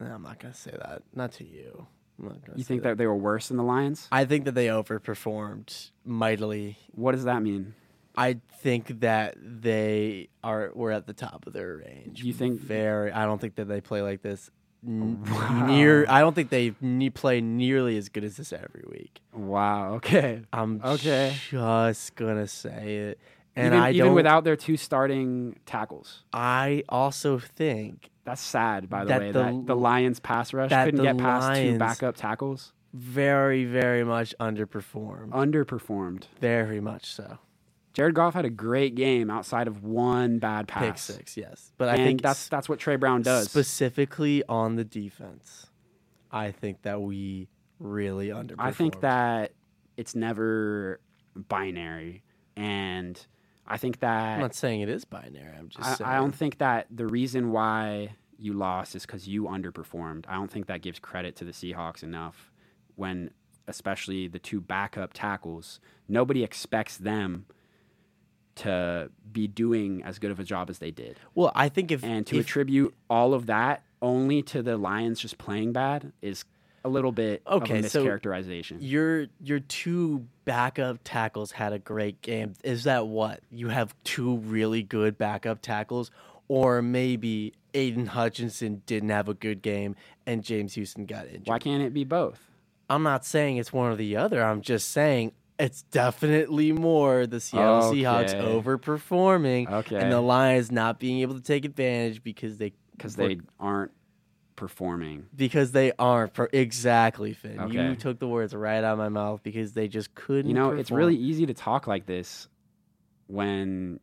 [SPEAKER 3] I'm not gonna say that. Not to you. I'm not gonna
[SPEAKER 2] You
[SPEAKER 3] say
[SPEAKER 2] think that they were worse than the Lions?
[SPEAKER 3] I think that they overperformed mightily.
[SPEAKER 2] What does that mean?
[SPEAKER 3] I think that they are were at the top of their range.
[SPEAKER 2] You think-
[SPEAKER 3] very? I don't think that they play like this. n- Near, I don't think they ne- play nearly as good as this every week.
[SPEAKER 2] Wow. Okay.
[SPEAKER 3] I'm
[SPEAKER 2] Okay.
[SPEAKER 3] just gonna say it, and
[SPEAKER 2] even,
[SPEAKER 3] I
[SPEAKER 2] even
[SPEAKER 3] don't.
[SPEAKER 2] without their two starting tackles,
[SPEAKER 3] I also think
[SPEAKER 2] that's sad. By the
[SPEAKER 3] That
[SPEAKER 2] way,
[SPEAKER 3] the-
[SPEAKER 2] that the Lions pass rush
[SPEAKER 3] that
[SPEAKER 2] couldn't
[SPEAKER 3] the
[SPEAKER 2] get past two
[SPEAKER 3] Lions-
[SPEAKER 2] backup tackles.
[SPEAKER 3] very, very much underperformed.
[SPEAKER 2] Uh, underperformed.
[SPEAKER 3] very much so.
[SPEAKER 2] Jared Goff had a great game outside of one bad pass.
[SPEAKER 3] Pick six, yes, but I
[SPEAKER 2] And
[SPEAKER 3] think
[SPEAKER 2] that's that's what Trey Brown does.
[SPEAKER 3] Specifically on the defense, I think that we really underperformed.
[SPEAKER 2] I think that it's never binary, and I think
[SPEAKER 3] I'm
[SPEAKER 2] that
[SPEAKER 3] not saying it is binary. I'm just
[SPEAKER 2] I,
[SPEAKER 3] saying
[SPEAKER 2] I don't think that the reason why you lost is because you underperformed. I don't think that gives credit to the Seahawks enough when, especially the two backup tackles. Nobody expects them to be doing as good of a job as they did.
[SPEAKER 3] Well, I think if
[SPEAKER 2] And to
[SPEAKER 3] if-
[SPEAKER 2] attribute all of that only to the Lions just playing bad is a little bit
[SPEAKER 3] Okay,
[SPEAKER 2] of a
[SPEAKER 3] so-
[SPEAKER 2] mischaracterization.
[SPEAKER 3] your your two backup tackles had a great game, is that what you have two really good backup tackles, or maybe Aiden Hutchinson didn't have a good game and James Houston got injured?
[SPEAKER 2] Why can't it be both?
[SPEAKER 3] I'm not saying it's one or the other. I'm just saying it's definitely more the Seattle Seahawks
[SPEAKER 2] Okay.
[SPEAKER 3] overperforming
[SPEAKER 2] Okay.
[SPEAKER 3] and the Lions not being able to take advantage because they
[SPEAKER 2] Because
[SPEAKER 3] were-
[SPEAKER 2] they aren't performing.
[SPEAKER 3] because they aren't per- exactly Finn.
[SPEAKER 2] Okay.
[SPEAKER 3] You took the words right out of my mouth because they just couldn't.
[SPEAKER 2] You know, it's
[SPEAKER 3] perform.
[SPEAKER 2] really easy to talk like this when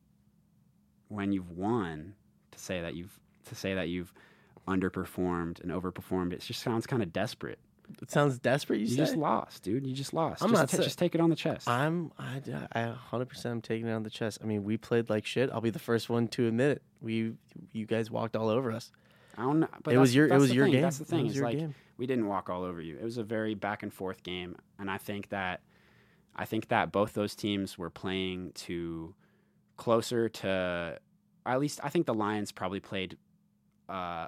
[SPEAKER 2] when you've won to say that you've to say that you've underperformed and overperformed. It just sounds kind of desperate.
[SPEAKER 3] it sounds desperate. You,
[SPEAKER 2] You,
[SPEAKER 3] say?
[SPEAKER 2] just lost, dude. You just lost.
[SPEAKER 3] I'm
[SPEAKER 2] just,
[SPEAKER 3] not
[SPEAKER 2] ta-
[SPEAKER 3] sa-
[SPEAKER 2] just take it on the chest.
[SPEAKER 3] I'm I hundred percent I'm taking it on the chest. I mean, we played like shit. I'll be the first one to admit it. We you guys walked all over us.
[SPEAKER 2] I don't know. But
[SPEAKER 3] it was
[SPEAKER 2] that's-
[SPEAKER 3] your it
[SPEAKER 2] that's
[SPEAKER 3] was
[SPEAKER 2] the
[SPEAKER 3] your
[SPEAKER 2] thing.
[SPEAKER 3] game.
[SPEAKER 2] That's the
[SPEAKER 3] It
[SPEAKER 2] thing.
[SPEAKER 3] was
[SPEAKER 2] It's
[SPEAKER 3] your
[SPEAKER 2] like
[SPEAKER 3] game.
[SPEAKER 2] we didn't walk all over you. It was a very back and forth game, and I think that I think that both those teams were playing to closer to at least I think the Lions probably played uh,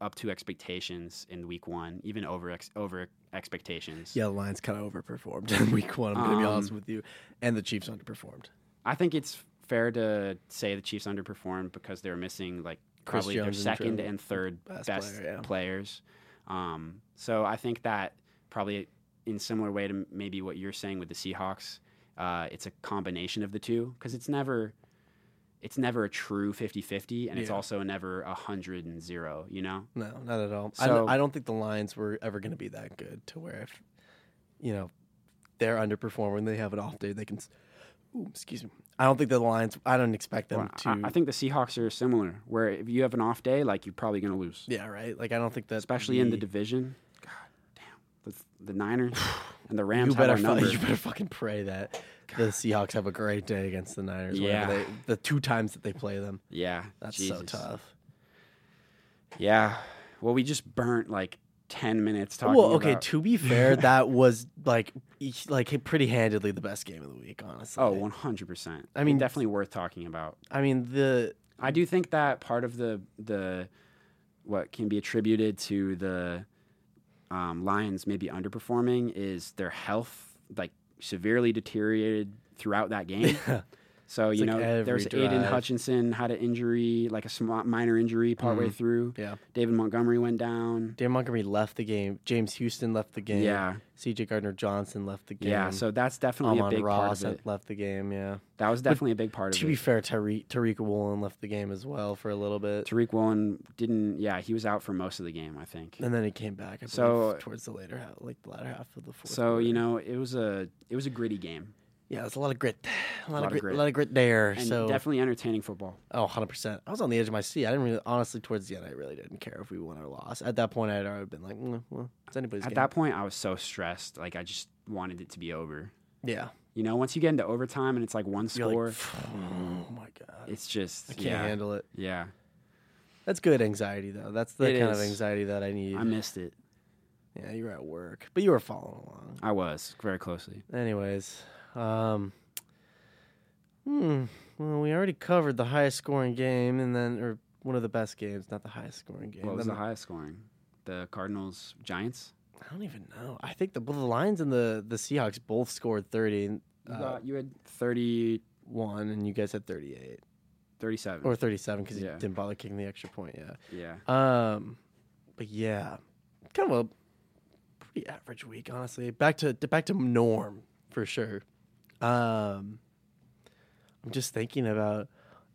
[SPEAKER 2] up to expectations in week one, even over ex- over expectations.
[SPEAKER 3] Yeah, the Lions kind of overperformed in week one. I'm going to be
[SPEAKER 2] Um,
[SPEAKER 3] honest with you. And the Chiefs underperformed.
[SPEAKER 2] I think it's fair to say the Chiefs underperformed because they were missing like
[SPEAKER 3] Chris
[SPEAKER 2] probably
[SPEAKER 3] Jones and
[SPEAKER 2] their second
[SPEAKER 3] Trevor-
[SPEAKER 2] and third
[SPEAKER 3] best
[SPEAKER 2] best
[SPEAKER 3] player, yeah.
[SPEAKER 2] players. Um, so I think that probably in similar way to maybe what you're saying with the Seahawks, uh, it's a combination of the two because it's never it's never a true 50-50 and it's
[SPEAKER 3] Yeah.
[SPEAKER 2] also never a hundred and zero you know
[SPEAKER 3] No, not at all.
[SPEAKER 2] So-
[SPEAKER 3] I, I don't think the Lions were ever going to be that good to where if you know they're underperforming, they have an off day, they can. s- Ooh, excuse me. I don't think the Lions. I don't expect them
[SPEAKER 2] Well,
[SPEAKER 3] to.
[SPEAKER 2] I, I think the Seahawks are similar where if you have an off day like you're probably going to lose
[SPEAKER 3] yeah, right. Like I don't think that.
[SPEAKER 2] especially in the division god damn the, the Niners and the Rams
[SPEAKER 3] you better,
[SPEAKER 2] have our number
[SPEAKER 3] fu- you better fucking pray that the Seahawks have a great day against the Niners. whenever
[SPEAKER 2] Yeah.
[SPEAKER 3] they, the two times that they play them.
[SPEAKER 2] yeah
[SPEAKER 3] That's so
[SPEAKER 2] Jesus.
[SPEAKER 3] tough.
[SPEAKER 2] yeah well we just burnt like 10 minutes talking
[SPEAKER 3] Well, okay.
[SPEAKER 2] about-
[SPEAKER 3] To be fair, that was like, each- like pretty handedly the best game of the week. Honestly.
[SPEAKER 2] Oh, 100%.
[SPEAKER 3] I mean- Mm.
[SPEAKER 2] definitely worth talking about.
[SPEAKER 3] I mean the
[SPEAKER 2] I do think that part of the the what can be attributed to the um, Lions maybe underperforming is their health like severely deteriorated throughout that game. So you
[SPEAKER 3] like
[SPEAKER 2] know, there's
[SPEAKER 3] every
[SPEAKER 2] Aiden
[SPEAKER 3] drive.
[SPEAKER 2] Hutchinson had an injury, like a sm- minor injury partway
[SPEAKER 3] Mm.
[SPEAKER 2] through.
[SPEAKER 3] yeah.
[SPEAKER 2] David Montgomery went down.
[SPEAKER 3] Dan Montgomery left the game. James Houston left the game.
[SPEAKER 2] Yeah.
[SPEAKER 3] C.J. Gardner Johnson left the game.
[SPEAKER 2] Yeah, so that's definitely a
[SPEAKER 3] Amon
[SPEAKER 2] big
[SPEAKER 3] Ross
[SPEAKER 2] part of it.
[SPEAKER 3] left the game. Yeah.
[SPEAKER 2] That was definitely a big part of
[SPEAKER 3] To
[SPEAKER 2] it.
[SPEAKER 3] be fair, Tariq Tariq Woolen left the game as well for a little bit,
[SPEAKER 2] Tariq Woolen didn't. Yeah, he was out for most of the game, I think.
[SPEAKER 3] and then he came back. I
[SPEAKER 2] So-
[SPEAKER 3] believe, towards the later half, like the latter half of the fourth.
[SPEAKER 2] So
[SPEAKER 3] quarter.
[SPEAKER 2] you know, it was a it was a gritty game
[SPEAKER 3] yeah, there's a lot of grit, a lot, of grit, a lot of grit there.
[SPEAKER 2] and
[SPEAKER 3] So
[SPEAKER 2] definitely entertaining football.
[SPEAKER 3] oh, 100 percent. I was on the edge of my seat. I didn't really, honestly, towards the end, I really didn't care if we won or lost. At that point, I had already been like, mm, well, it's anybody's
[SPEAKER 2] At
[SPEAKER 3] game.
[SPEAKER 2] that point, I was so stressed. Like I just wanted it to be over.
[SPEAKER 3] yeah,
[SPEAKER 2] You know, once you get into overtime and it's like one
[SPEAKER 3] You're like,
[SPEAKER 2] score,
[SPEAKER 3] oh my god,
[SPEAKER 2] it's just
[SPEAKER 3] I can't
[SPEAKER 2] yeah,
[SPEAKER 3] handle it.
[SPEAKER 2] yeah.
[SPEAKER 3] That's good anxiety though. That's the
[SPEAKER 2] It
[SPEAKER 3] kind of
[SPEAKER 2] is.
[SPEAKER 3] anxiety that I need.
[SPEAKER 2] I missed it.
[SPEAKER 3] yeah, you were at work, but you were following along.
[SPEAKER 2] I was very closely.
[SPEAKER 3] Anyways, um, hmm. Well, we already covered the highest scoring game, and then or one of the best games, not the highest scoring game.
[SPEAKER 2] What was the
[SPEAKER 3] Then-
[SPEAKER 2] highest scoring? The Cardinals Giants.
[SPEAKER 3] I don't even know. I think the well, the Lions and the the Seahawks both scored thirty and
[SPEAKER 2] You,
[SPEAKER 3] Uh,
[SPEAKER 2] got, you had 30,
[SPEAKER 3] one, and you guys had thirty eight
[SPEAKER 2] 37.
[SPEAKER 3] or thirty seven because
[SPEAKER 2] Yeah.
[SPEAKER 3] you didn't bother kicking the extra point. Yeah.
[SPEAKER 2] yeah,
[SPEAKER 3] Um, but yeah, kind of a pretty average week, honestly. Back to back to norm for sure. Um, I'm just thinking about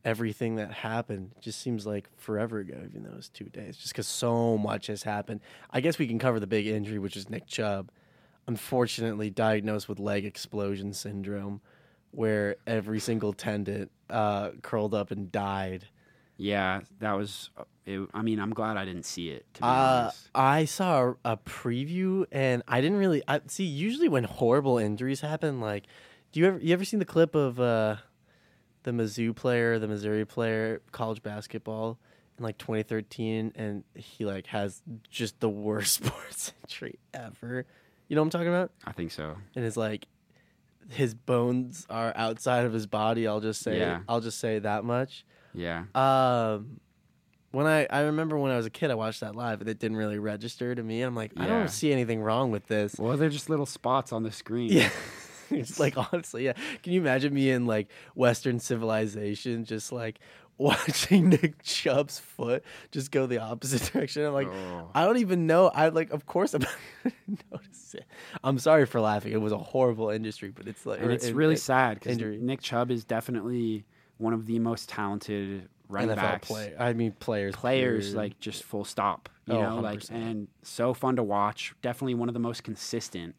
[SPEAKER 3] everything that happened. It just seems like forever ago, even though it was two days. Just because so much has happened. I guess we can cover the big injury, which is Nick Chubb, unfortunately diagnosed with leg explosion syndrome, where every single tendon uh, curled up and died.
[SPEAKER 2] yeah. That was. It, I mean, I'm glad I didn't see it. To be
[SPEAKER 3] Uh,
[SPEAKER 2] honest.
[SPEAKER 3] I saw a, a preview and I didn't really I see usually when horrible injuries happen like do you ever you ever seen the clip of uh the Mizzou player, the Missouri player, college basketball in like 2013 and he like has just the worst sports injury ever. You know what I'm talking about?
[SPEAKER 2] I think so.
[SPEAKER 3] And it's like his bones are outside of his body, I'll just say
[SPEAKER 2] Yeah.
[SPEAKER 3] I'll just say that much.
[SPEAKER 2] Yeah.
[SPEAKER 3] Um, when I I remember when I was a kid, I watched that live, and it didn't really register to me. I'm like, I
[SPEAKER 2] Yeah.
[SPEAKER 3] don't see anything wrong with this.
[SPEAKER 2] Well, they're just little spots on the screen.
[SPEAKER 3] Yeah. It's like honestly, yeah. Can you imagine me in like Western civilization, just like watching Nick Chubb's foot just go the opposite direction? I'm like,
[SPEAKER 2] Oh.
[SPEAKER 3] I don't even know. I like, of course, I'm not gonna notice it. I'm sorry for laughing. It was a horrible industry, but it's like,
[SPEAKER 2] and
[SPEAKER 3] or-
[SPEAKER 2] it's
[SPEAKER 3] it-
[SPEAKER 2] really
[SPEAKER 3] it-
[SPEAKER 2] sad because
[SPEAKER 3] injury.
[SPEAKER 2] Nick Chubb is definitely one of the most talented running
[SPEAKER 3] NFL
[SPEAKER 2] backs,
[SPEAKER 3] player. I mean, players,
[SPEAKER 2] players
[SPEAKER 3] period.
[SPEAKER 2] like just full stop. You
[SPEAKER 3] Oh,
[SPEAKER 2] know, like
[SPEAKER 3] 100%.
[SPEAKER 2] and so fun to watch. Definitely one of the most consistent.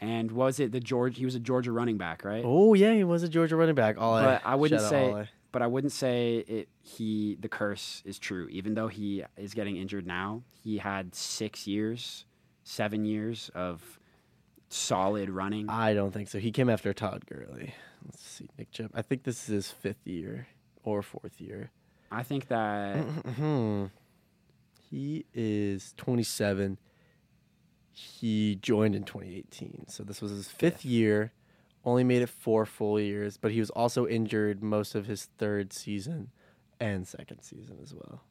[SPEAKER 2] And was it the George? He was a Georgia running back, right?
[SPEAKER 3] Oh yeah, he was a Georgia running back. All
[SPEAKER 2] but I wouldn't
[SPEAKER 3] shout out
[SPEAKER 2] say.
[SPEAKER 3] all I-
[SPEAKER 2] But I wouldn't say it. He the curse is true, even though he is getting injured now. He had six years, seven years of solid running.
[SPEAKER 3] I don't think so. He came after Todd Gurley. Let's see, Nick Chubb. I think this is his fifth year or fourth year.
[SPEAKER 2] I think that Mm-hmm.
[SPEAKER 3] Hmm. He is 27. He joined in 2018, so this was his fifth year. Only made it four full years, but he was also injured most of his third season and second season as well.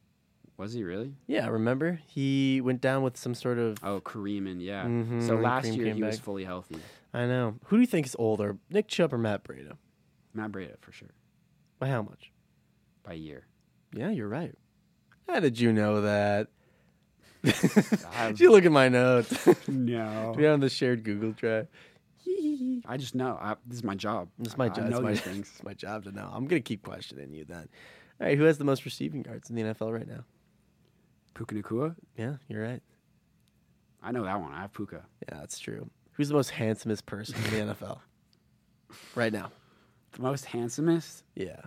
[SPEAKER 2] was he really.
[SPEAKER 3] Yeah, remember he went down with some sort of.
[SPEAKER 2] Oh, Kareem and yeah.
[SPEAKER 3] Mhm,
[SPEAKER 2] So
[SPEAKER 3] when
[SPEAKER 2] last
[SPEAKER 3] Kareem
[SPEAKER 2] year
[SPEAKER 3] came
[SPEAKER 2] he was
[SPEAKER 3] back.
[SPEAKER 2] fully healthy.
[SPEAKER 3] I know. Who do you think is older, Nick Chubb or Matt Breda?
[SPEAKER 2] Matt Breda for sure
[SPEAKER 3] By how much?
[SPEAKER 2] by a year.
[SPEAKER 3] Yeah, you're right. How did you know that?
[SPEAKER 2] I,
[SPEAKER 3] Did you look at my notes?
[SPEAKER 2] no.
[SPEAKER 3] we are on the shared Google Drive.
[SPEAKER 2] I just know. I, this is my job.
[SPEAKER 3] It's my
[SPEAKER 2] I-
[SPEAKER 3] job.
[SPEAKER 2] I know
[SPEAKER 3] it's, my,
[SPEAKER 2] these things.
[SPEAKER 3] it's my job to know. I'm gonna keep questioning you then. All right, who has the most receiving yards in the NFL right now?
[SPEAKER 2] Puka Nakua.
[SPEAKER 3] Yeah, you're right.
[SPEAKER 2] I know that one. I have Puka.
[SPEAKER 3] Yeah, that's true. Who's the most handsomest person in the NFL right now?
[SPEAKER 2] The most handsomest.
[SPEAKER 3] Yeah,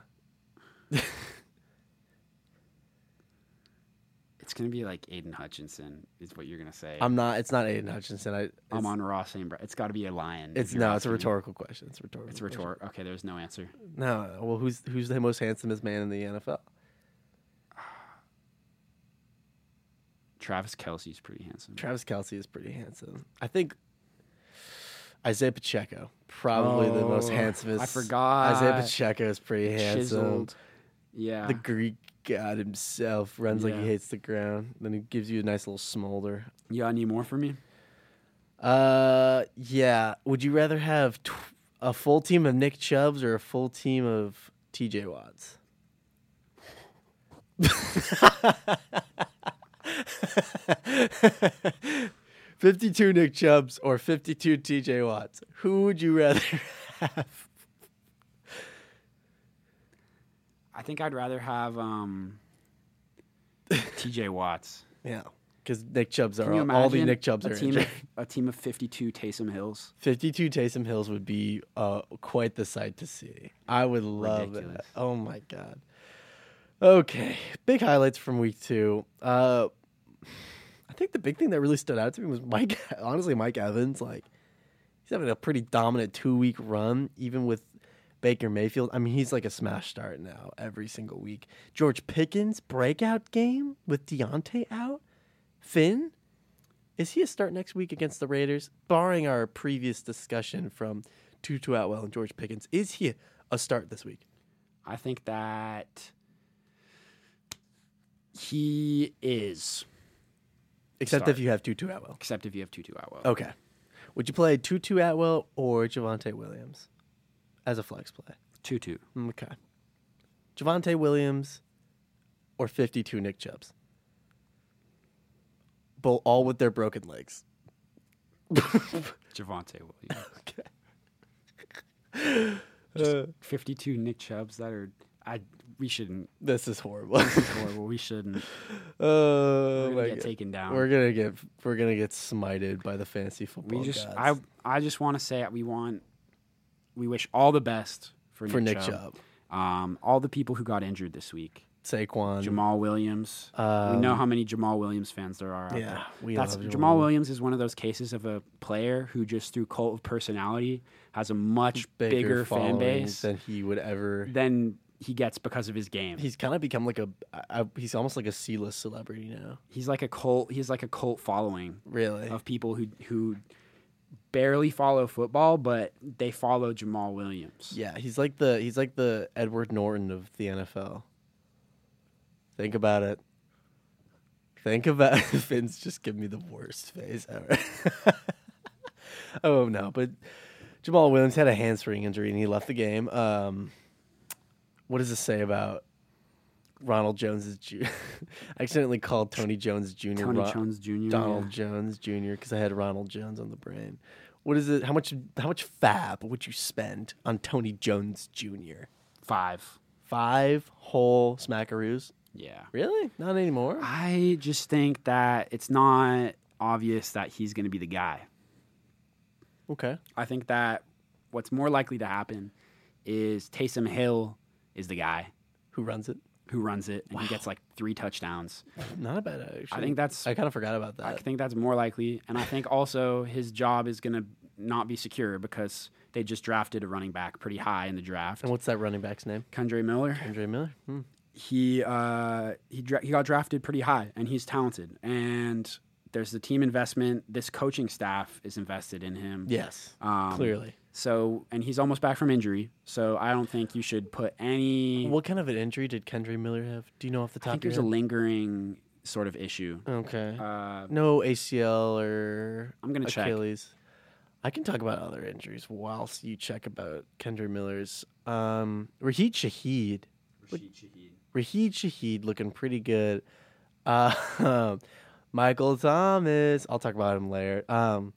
[SPEAKER 2] It's gonna be like Aiden Hutchinson. Is what you're gonna say. I'm,
[SPEAKER 3] I'm not. It's not Aiden Hutchinson. I. It's,
[SPEAKER 2] on Ross and Bra- It's got to be a lion. if
[SPEAKER 3] It's
[SPEAKER 2] you're
[SPEAKER 3] no. It's a
[SPEAKER 2] asking me.
[SPEAKER 3] rhetorical question. It's a rhetorical.
[SPEAKER 2] It's
[SPEAKER 3] question.
[SPEAKER 2] rhetoric. Okay, there's no answer.
[SPEAKER 3] No. Well, who's who's the most handsomest man in the NFL?
[SPEAKER 2] Travis Kelsey's pretty handsome.
[SPEAKER 3] Travis Kelsey is pretty handsome. I think Isaiah Pacheco probably the most
[SPEAKER 2] Oh,
[SPEAKER 3] handsomest.
[SPEAKER 2] I forgot.
[SPEAKER 3] Isaiah Pacheco is pretty handsome.
[SPEAKER 2] Chiseled. Yeah.
[SPEAKER 3] The Greek god himself runs like
[SPEAKER 2] Yeah.
[SPEAKER 3] he hates the ground. Then he gives you a nice little smolder.
[SPEAKER 2] you got any more for me?
[SPEAKER 3] Uh, yeah. Would you rather have tw- a full team of Nick Chubbs or a full team of T.J. Watts? Fifty-two Nick Chubbs or fifty-two T.J. Watts? Who would you rather have?
[SPEAKER 2] I think I'd rather have um, T.J. Watts.
[SPEAKER 3] Yeah, because Nick Chubbs
[SPEAKER 2] Can
[SPEAKER 3] are
[SPEAKER 2] you
[SPEAKER 3] all,
[SPEAKER 2] imagine
[SPEAKER 3] all the Nick Chubbs
[SPEAKER 2] a
[SPEAKER 3] are
[SPEAKER 2] team,
[SPEAKER 3] injured.
[SPEAKER 2] of, a team of 52 Taysom Hills?
[SPEAKER 3] 52 Taysom Hills would be uh, quite the sight to see. I would love
[SPEAKER 2] Ridiculous.
[SPEAKER 3] that. Oh my God. Okay. Big highlights from week two. Uh, I think the big thing that really stood out to me was Mike, honestly, Mike Evans. Like, he's having a pretty dominant two week run, even with Baker Mayfield. I mean, he's like a smash start now every single week. George Pickens, breakout game with Deontay out. Finn, is he a start next week against the Raiders? Barring our previous discussion from Tutu Atwell and George Pickens, is he a start this week?
[SPEAKER 2] I think that he is,
[SPEAKER 3] Except
[SPEAKER 2] Start.
[SPEAKER 3] if you have Tutu Atwell.
[SPEAKER 2] except if you have Tutu Atwell.
[SPEAKER 3] Okay. Would you play Tutu Atwell or Javante Williams as a flex play?
[SPEAKER 2] Tutu.
[SPEAKER 3] Okay. Javante Williams or 52 Nick Chubbs? Both all with their broken legs.
[SPEAKER 2] Javante Williams.
[SPEAKER 3] Okay. Uh.
[SPEAKER 2] 52 Nick Chubbs that are. I we shouldn't.
[SPEAKER 3] This is horrible.
[SPEAKER 2] This is horrible. We shouldn't.
[SPEAKER 3] oh
[SPEAKER 2] We're
[SPEAKER 3] my
[SPEAKER 2] gonna get
[SPEAKER 3] God.
[SPEAKER 2] taken down.
[SPEAKER 3] We're gonna get we're gonna get smited by the fantasy
[SPEAKER 2] we
[SPEAKER 3] football.
[SPEAKER 2] just.
[SPEAKER 3] gods
[SPEAKER 2] I I just want to say we want. We wish all the best for,
[SPEAKER 3] for Nick
[SPEAKER 2] Nick
[SPEAKER 3] Chubb,
[SPEAKER 2] Um, all the people who got injured this week.
[SPEAKER 3] Saquon.
[SPEAKER 2] Jamal Williams. we
[SPEAKER 3] Mm-hmm. Um,
[SPEAKER 2] know how many Jamal Williams fans there are. Out
[SPEAKER 3] Yeah,
[SPEAKER 2] there.
[SPEAKER 3] we
[SPEAKER 2] uh, That's,
[SPEAKER 3] love Jamal
[SPEAKER 2] Jamal, Williams is one of those cases of a player who just through cult of personality has a much
[SPEAKER 3] bigger,
[SPEAKER 2] bigger, fan
[SPEAKER 3] following
[SPEAKER 2] base
[SPEAKER 3] than he would ever.
[SPEAKER 2] than he gets because of his game. He's,
[SPEAKER 3] He's kind of become like a I, I- he's almost like a C list celebrity now.
[SPEAKER 2] like a cult. He's like a cult following
[SPEAKER 3] Really,
[SPEAKER 2] of people who who barely follow football, but they follow Jamal Williams.
[SPEAKER 3] yeah. He's like the he's like the Edward Norton of the NFL. Think about it. Think about Finn's just give me the worst face ever. oh no, but Jamal Williams had a hamstring injury and he left the game. Um, what does this say about Ronald Jones's? Ju- I accidentally called Tony Jones Jr.
[SPEAKER 2] Tony
[SPEAKER 3] Ron-
[SPEAKER 2] Jones Jr.
[SPEAKER 3] Donald
[SPEAKER 2] yeah.
[SPEAKER 3] Jones Jr. because I had Ronald Jones on the brain. What is it? How much? How much fab would you spend on Tony Jones Jr.?
[SPEAKER 2] five.
[SPEAKER 3] Five whole smackaroos.
[SPEAKER 2] Yeah.
[SPEAKER 3] Really? Not anymore.
[SPEAKER 2] I just think that it's not obvious that he's going to be the guy.
[SPEAKER 3] Okay.
[SPEAKER 2] I think that what's more likely to happen is Taysom Hill is the guy
[SPEAKER 3] Who runs it?
[SPEAKER 2] who runs it and he gets like three touchdowns.
[SPEAKER 3] Not a bad idea, actually.
[SPEAKER 2] I think that's
[SPEAKER 3] I kind of forgot about that.
[SPEAKER 2] I think that's more likely and I think also his job is going to not be secure because they just drafted a running back pretty high in the draft.
[SPEAKER 3] and what's that running back's name?
[SPEAKER 2] Kendra Miller,
[SPEAKER 3] Andre Miller. Hmm.
[SPEAKER 2] he uh, he dra- he got drafted pretty high and he's talented and there's the team investment. This coaching staff is invested in him.
[SPEAKER 3] Yes.
[SPEAKER 2] Um,
[SPEAKER 3] clearly.
[SPEAKER 2] So, and he's almost back from injury. So, I don't think you should put any.
[SPEAKER 3] What kind of an injury did Kendra Miller have? Do you know off the
[SPEAKER 2] I
[SPEAKER 3] top
[SPEAKER 2] think
[SPEAKER 3] of
[SPEAKER 2] there's a
[SPEAKER 3] your head?
[SPEAKER 2] lingering sort of issue.
[SPEAKER 3] okay.
[SPEAKER 2] Uh,
[SPEAKER 3] no ACL or
[SPEAKER 2] I'm gonna check.
[SPEAKER 3] Achilles. I can talk about other injuries whilst you check about Kendra Miller's. Um, Raheed Shaheed. Raheed Shaheed looking pretty good. Uh, Michael Thomas. I'll talk about him later. Um,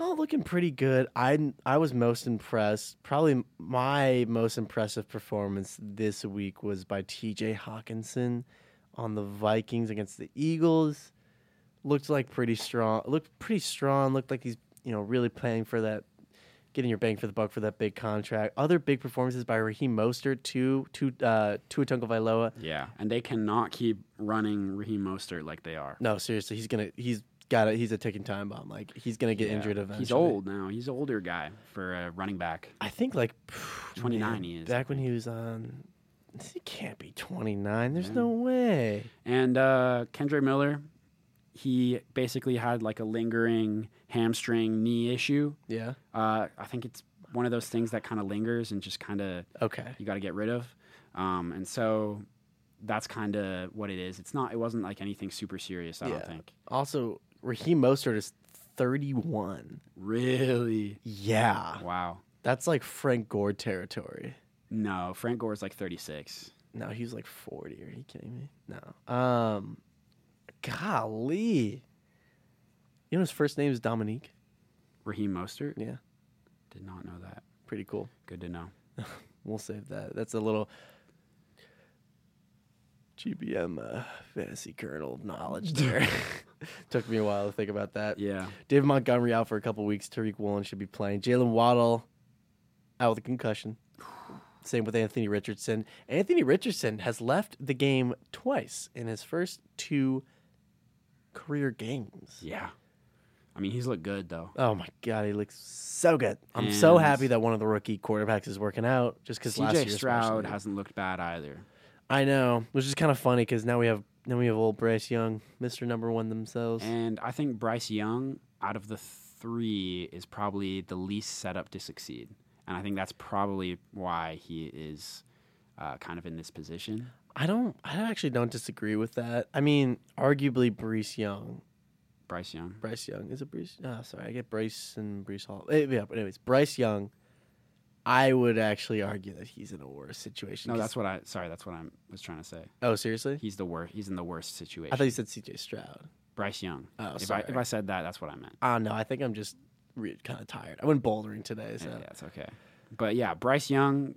[SPEAKER 3] all looking pretty good. I I was most impressed. Probably my most impressive performance this week was by T.J. Hawkinson on the Vikings against the Eagles. Looked like pretty strong. Looked pretty strong. Looked like he's you know really playing for that, getting your bang for the buck for that big contract. Other big performances by Raheem Mostert, two two uh, Tua Tagovailoa.
[SPEAKER 2] Yeah, and they cannot keep running Raheem Mostert like they are.
[SPEAKER 3] No, seriously, he's gonna he's got it. He's a ticking time bomb. Like he's gonna get
[SPEAKER 2] Yeah.
[SPEAKER 3] injured eventually.
[SPEAKER 2] He's old now. He's an older guy for a running back.
[SPEAKER 3] I think like phew,
[SPEAKER 2] 29
[SPEAKER 3] man,
[SPEAKER 2] he is, I
[SPEAKER 3] Back when he was on, he can't be twenty nine. There's no way.
[SPEAKER 2] And uh, Kendra Miller, he basically had like a lingering hamstring knee issue.
[SPEAKER 3] Yeah.
[SPEAKER 2] Uh, I think it's one of those things that kind of lingers and just kind of
[SPEAKER 3] Okay.
[SPEAKER 2] you got to get rid of. Um, and so that's kind of what it is. It's not. It wasn't like anything super serious. I
[SPEAKER 3] Yeah.
[SPEAKER 2] don't think.
[SPEAKER 3] Also, Raheem Mostert is thirty one.
[SPEAKER 2] Really?
[SPEAKER 3] Yeah.
[SPEAKER 2] Wow.
[SPEAKER 3] That's like Frank Gore territory.
[SPEAKER 2] No, Frank Gore's like 36.
[SPEAKER 3] No, he was like forty. Are you kidding me? No. Um, golly. You know his first name is Dominique.
[SPEAKER 2] Raheem Mostert?
[SPEAKER 3] Yeah.
[SPEAKER 2] Did not know that.
[SPEAKER 3] Pretty cool.
[SPEAKER 2] Good to know.
[SPEAKER 3] We'll save that. That's a little GBM uh, fantasy kernel of knowledge there. Took me a while to think about that.
[SPEAKER 2] Yeah.
[SPEAKER 3] Dave Montgomery out for a couple weeks. Tariq Woolen should be playing. Jalen Waddle out with a concussion. Same with Anthony Richardson. Anthony Richardson has left the game twice in his first two career games.
[SPEAKER 2] Yeah. I mean, he's looked good though.
[SPEAKER 3] Oh my God, he looks so good. I'm so
[SPEAKER 2] And-
[SPEAKER 3] happy that one of the rookie quarterbacks is working out just because last year.
[SPEAKER 2] CJ Stroud
[SPEAKER 3] especially.
[SPEAKER 2] hasn't looked bad either.
[SPEAKER 3] I know, which is kind of funny because now we have now we have old Bryce Young, Mister Number One themselves.
[SPEAKER 2] And I think Bryce Young, out of the three, is probably the least set up to succeed. And I think that's probably why he is uh, kind of in this position.
[SPEAKER 3] I don't, I actually don't disagree with that. I mean, arguably Bryce Young,
[SPEAKER 2] Bryce Young.
[SPEAKER 3] Bryce Young is it Bryce? Oh, sorry, I get Bryce and Bryce Hall. Eh, Yeah, but anyways, Bryce Young. I would actually argue that he's in a worse situation.
[SPEAKER 2] No,
[SPEAKER 3] 'cause-
[SPEAKER 2] that's what I. Sorry, that's what I was trying to say.
[SPEAKER 3] oh seriously.
[SPEAKER 2] He's the worst. He's in the worst situation.
[SPEAKER 3] I thought you said C.J. Stroud.
[SPEAKER 2] Bryce Young.
[SPEAKER 3] Oh,
[SPEAKER 2] if
[SPEAKER 3] sorry.
[SPEAKER 2] I if I said that, that's what I meant.
[SPEAKER 3] Oh no, I think I'm just re- kind of tired. I went bouldering today, so
[SPEAKER 2] Yeah, it's okay. But yeah, Bryce Young,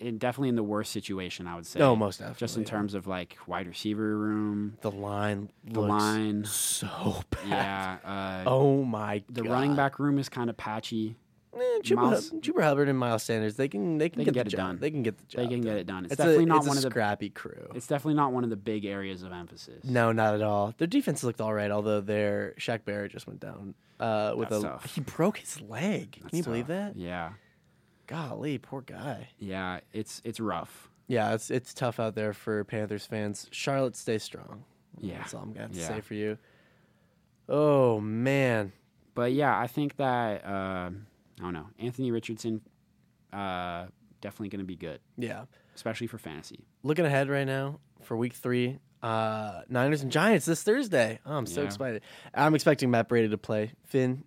[SPEAKER 2] in, definitely in the worst situation, I would say.
[SPEAKER 3] no, Oh, most definitely.
[SPEAKER 2] Just in terms of like wide receiver room,
[SPEAKER 3] the line,
[SPEAKER 2] the
[SPEAKER 3] looks
[SPEAKER 2] line.
[SPEAKER 3] so bad.
[SPEAKER 2] Yeah. Uh,
[SPEAKER 3] Oh my
[SPEAKER 2] the
[SPEAKER 3] god.
[SPEAKER 2] running back room is kind of patchy.
[SPEAKER 3] Eh, Chuba,
[SPEAKER 2] Miles-
[SPEAKER 3] Hub- Chuba Hubbard and Miles Sanders, they can they can,
[SPEAKER 2] They
[SPEAKER 3] get,
[SPEAKER 2] can get
[SPEAKER 3] the
[SPEAKER 2] it
[SPEAKER 3] job.
[SPEAKER 2] done.
[SPEAKER 3] They can get the job.
[SPEAKER 2] They
[SPEAKER 3] done.
[SPEAKER 2] can get it done. It's,
[SPEAKER 3] It's,
[SPEAKER 2] definitely
[SPEAKER 3] a,
[SPEAKER 2] not
[SPEAKER 3] it's
[SPEAKER 2] one
[SPEAKER 3] a
[SPEAKER 2] of the.
[SPEAKER 3] scrappy crew.
[SPEAKER 2] It's definitely not one of the big areas of emphasis.
[SPEAKER 3] no, not at all. Their defense looked all right, although their Shaq Barrett just went down uh, with
[SPEAKER 2] That's
[SPEAKER 3] a
[SPEAKER 2] tough.
[SPEAKER 3] he broke his leg. Can
[SPEAKER 2] That's
[SPEAKER 3] you believe
[SPEAKER 2] tough.
[SPEAKER 3] that?
[SPEAKER 2] Yeah,
[SPEAKER 3] Golly, poor guy.
[SPEAKER 2] yeah. It's it's rough.
[SPEAKER 3] Yeah, it's it's tough out there for Panthers fans. Charlotte, stay strong.
[SPEAKER 2] Yeah.
[SPEAKER 3] that's all I'm gonna have to
[SPEAKER 2] Yeah.
[SPEAKER 3] say for you. Oh man,
[SPEAKER 2] But yeah, I think that uh, I don't know. Anthony Richardson, uh, definitely going to be good,
[SPEAKER 3] yeah.
[SPEAKER 2] especially for fantasy.
[SPEAKER 3] looking ahead right now for week three uh niners and giants this thursday oh, i'm so
[SPEAKER 2] Yeah.
[SPEAKER 3] excited i'm expecting matt brady to play finn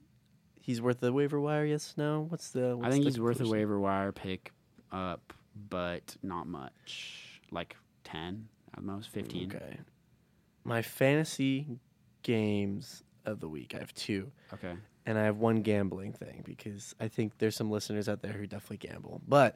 [SPEAKER 3] he's worth the waiver wire yes no what's the what's
[SPEAKER 2] I think
[SPEAKER 3] the
[SPEAKER 2] he's worth a
[SPEAKER 3] conclusion?
[SPEAKER 2] waiver wire pick up, but not much. Like ten at most, fifteen. Okay.
[SPEAKER 3] Mm, okay my fantasy games of the week i have two and I have one gambling thing because I think there's some listeners out there who definitely gamble. But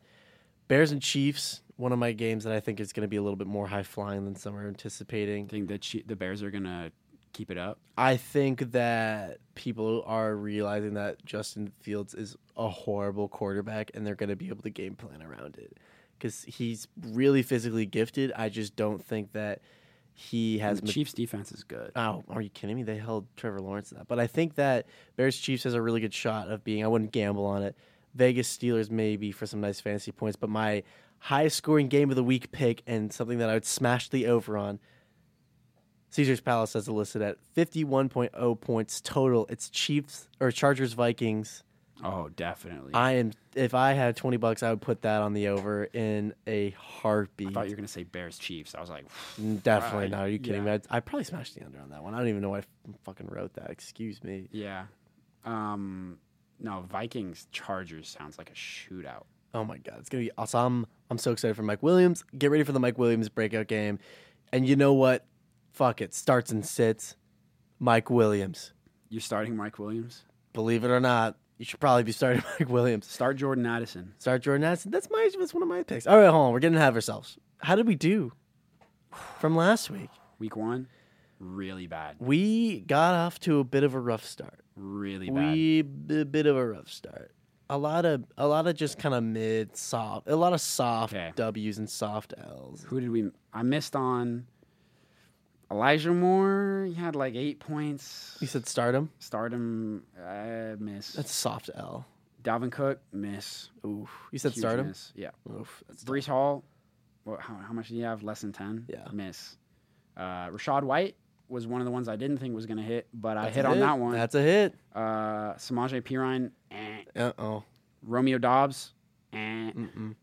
[SPEAKER 3] Bears and Chiefs, one of my games that I think is going to be a little bit more high flying than some are anticipating.
[SPEAKER 2] I think the Chi- the Bears are going to keep it up.
[SPEAKER 3] I think that people are realizing that Justin Fields is a horrible quarterback and they're going to be able to game plan around it because he's really physically gifted. I just don't think that he has.
[SPEAKER 2] the
[SPEAKER 3] ma-
[SPEAKER 2] Chiefs defense is good.
[SPEAKER 3] oh, are you kidding me? They held Trevor Lawrence to that. But I think that Bears Chiefs has a really good shot of being, I wouldn't gamble on it. Vegas Steelers maybe for some nice fantasy points. But my highest scoring game of the week pick and something that I would smash the over on Caesar's Palace has it listed at 51.0 points total. It's Chiefs or Chargers Vikings.
[SPEAKER 2] Oh, definitely. I
[SPEAKER 3] I am if I had 20 bucks, I would put that on the over in a heartbeat.
[SPEAKER 2] thought you were going to say Bears Chiefs. I was like,
[SPEAKER 3] Definitely
[SPEAKER 2] Right.
[SPEAKER 3] not. Are you kidding
[SPEAKER 2] Yeah.
[SPEAKER 3] me? I, I probably smashed the under on that one. I don't even know why I f- fucking wrote that. Excuse me.
[SPEAKER 2] yeah. Um, no, Vikings Chargers sounds like a shootout.
[SPEAKER 3] Oh my god, it's gonna be awesome. I'm so excited for Mike Williams. Get ready for the Mike Williams breakout game. And you know what? fuck it, starts and sits. Mike Williams.
[SPEAKER 2] You're starting Mike Williams.
[SPEAKER 3] Believe it or not, you should probably be starting Mike Williams.
[SPEAKER 2] Start Jordan Addison.
[SPEAKER 3] Start Jordan Addison. That's my that's one of my picks. All right, hold on. We're getting ahead of ourselves. How did we do from last week?
[SPEAKER 2] Week one, really bad.
[SPEAKER 3] We got off to a bit of a rough start.
[SPEAKER 2] Really bad.
[SPEAKER 3] We a bit of a rough start. A lot of a lot of just kind of mid soft, a lot of soft
[SPEAKER 2] Okay.
[SPEAKER 3] W's and soft L's.
[SPEAKER 2] Who did we? I missed on Elijah Moore. He had like eight points.
[SPEAKER 3] You said stardom.
[SPEAKER 2] Stardom, uh, miss.
[SPEAKER 3] That's a soft L.
[SPEAKER 2] Dalvin Cook, miss.
[SPEAKER 3] Oof. You said
[SPEAKER 2] Huge
[SPEAKER 3] stardom.
[SPEAKER 2] miss. Yeah.
[SPEAKER 3] Oof. That's
[SPEAKER 2] Brees Hall, what, how, how much did he have? Less than 10?
[SPEAKER 3] Yeah.
[SPEAKER 2] Miss. Uh, Rashad White was one of the ones I didn't think was going to hit, but I
[SPEAKER 3] that's
[SPEAKER 2] hit
[SPEAKER 3] a
[SPEAKER 2] on that one.
[SPEAKER 3] That's a hit.
[SPEAKER 2] Uh, Samaje Perine, eh.
[SPEAKER 3] Uh oh.
[SPEAKER 2] Romeo Dobbs, eh.
[SPEAKER 3] Mm-mm.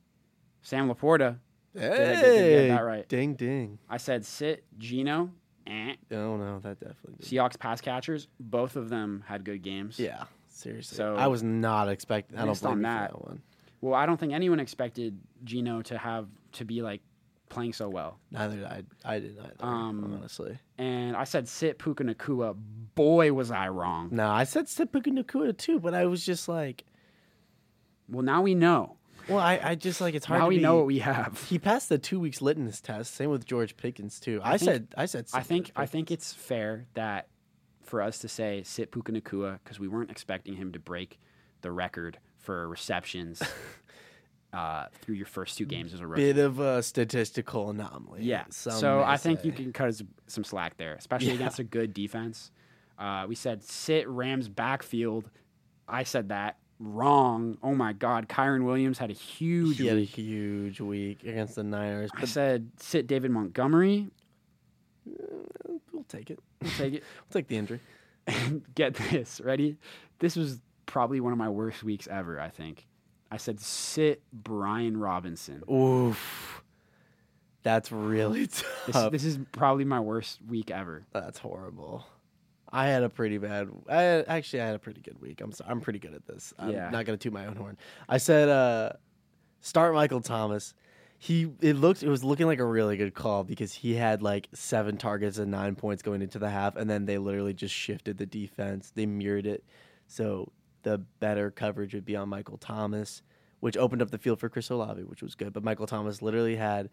[SPEAKER 2] Sam Laporta. I get- did I
[SPEAKER 3] Hey,
[SPEAKER 2] get that right?
[SPEAKER 3] ding ding.
[SPEAKER 2] I said sit, Gino, eh.
[SPEAKER 3] Oh no, that definitely. Did.
[SPEAKER 2] Seahawks pass catchers, both of them had good games.
[SPEAKER 3] Yeah, seriously.
[SPEAKER 2] So-
[SPEAKER 3] I was not expecting. I don't
[SPEAKER 2] Based on
[SPEAKER 3] blame you for
[SPEAKER 2] that-
[SPEAKER 3] that one.
[SPEAKER 2] Well, I don't think anyone expected Gino to have to be like playing so well.
[SPEAKER 3] Neither did I. I did not.
[SPEAKER 2] Um,
[SPEAKER 3] honestly,
[SPEAKER 2] And I said sit Puka Nakua. Boy, was I wrong.
[SPEAKER 3] no. I said Sipuka Nakua too, but I was just like,
[SPEAKER 2] Well, now we know.
[SPEAKER 3] well, I, I just like it's hard.
[SPEAKER 2] now
[SPEAKER 3] to
[SPEAKER 2] we
[SPEAKER 3] be-
[SPEAKER 2] know what we have.
[SPEAKER 3] He passed the two weeks litmus test. Same with George Pickens too. I,
[SPEAKER 2] think-
[SPEAKER 3] said. I said.
[SPEAKER 2] I
[SPEAKER 3] Sipuka
[SPEAKER 2] think I
[SPEAKER 3] Nakua.
[SPEAKER 2] think it's fair that for us to say sit Puka Nakua because we weren't expecting him to break the record for receptions uh, through your first two games as a rookie.
[SPEAKER 3] bit of a statistical anomaly.
[SPEAKER 2] Yeah.
[SPEAKER 3] some
[SPEAKER 2] So
[SPEAKER 3] may
[SPEAKER 2] I think you
[SPEAKER 3] say.
[SPEAKER 2] can cut us some slack there, especially
[SPEAKER 3] Yeah.
[SPEAKER 2] against a good defense. Uh, we said sit Rams backfield. I said that wrong. Oh my God, Kyron Williams had a huge.
[SPEAKER 3] He had a
[SPEAKER 2] week.
[SPEAKER 3] huge week against the Niners,
[SPEAKER 2] I
[SPEAKER 3] but
[SPEAKER 2] said sit David Montgomery.
[SPEAKER 3] we'll take it.
[SPEAKER 2] We'll Take it.
[SPEAKER 3] We'll take the injury.
[SPEAKER 2] Get this ready. This was probably one of my worst weeks ever. I think. I said sit Brian Robinson.
[SPEAKER 3] Oof. That's really tough.
[SPEAKER 2] This, this is probably my worst week ever.
[SPEAKER 3] That's horrible. I had a pretty bad. I had, actually I had a pretty good week. I'm sorry, I'm pretty good at this. I'm
[SPEAKER 2] Yeah.
[SPEAKER 3] not gonna toot my own horn. I said uh, start Michael Thomas. He it looked it was looking like a really good call because he had like seven targets and nine points going into the half, and then they literally just shifted the defense. They mirrored it, so the better coverage would be on Michael Thomas, which opened up the field for Chris Olave, which was good. But Michael Thomas literally had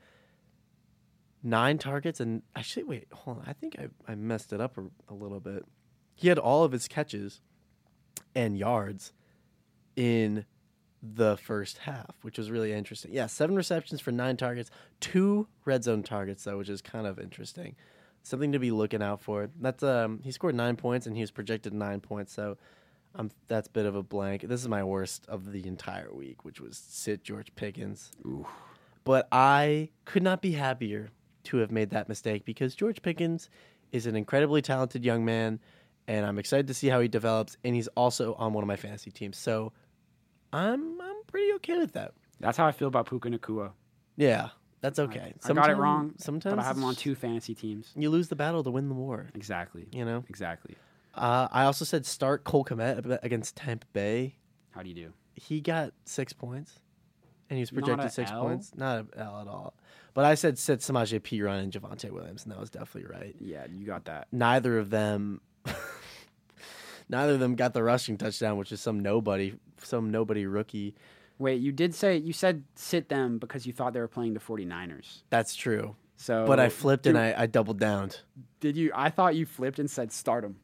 [SPEAKER 3] nine targets and actually wait hold on i think i, I messed it up a, a little bit he had all of his catches and yards in the first half which was really interesting yeah seven receptions for nine targets two red zone targets though which is kind of interesting something to be looking out for that's um he scored nine points and he was projected nine points so um, that's a bit of a blank this is my worst of the entire week which was sit george pickens
[SPEAKER 2] Ooh.
[SPEAKER 3] but I could not be happier to have made that mistake because George Pickens is an incredibly talented young man, and I'm excited to see how he develops. And he's also on one of my fantasy teams, so I'm I'm pretty okay with that.
[SPEAKER 2] That's how I feel about Puka Nakua.
[SPEAKER 3] Yeah, that's okay.
[SPEAKER 2] I got it
[SPEAKER 3] Sometime-
[SPEAKER 2] wrong.
[SPEAKER 3] Sometimes
[SPEAKER 2] but I have him on
[SPEAKER 3] it's
[SPEAKER 2] two fantasy teams.
[SPEAKER 3] just- You lose the battle to win the war.
[SPEAKER 2] Exactly.
[SPEAKER 3] You know.
[SPEAKER 2] Exactly.
[SPEAKER 3] Uh, I also said start Cole Komet ab- against Tampa Bay.
[SPEAKER 2] How do you do?
[SPEAKER 3] He got six points, and he was
[SPEAKER 2] Not a
[SPEAKER 3] projected six
[SPEAKER 2] L?
[SPEAKER 3] points. Not an L at all. But I said sit Samaje Perine and Javante Williams, and that was definitely right.
[SPEAKER 2] Yeah, you got that.
[SPEAKER 3] neither of them neither of them got the rushing touchdown, which is some nobody some nobody rookie.
[SPEAKER 2] Wait, you did say you said sit them because you thought they were playing the 49ers.
[SPEAKER 3] That's true.
[SPEAKER 2] So
[SPEAKER 3] But I flipped and
[SPEAKER 2] do-
[SPEAKER 3] I, I doubled downed.
[SPEAKER 2] did you I thought you flipped and said start them.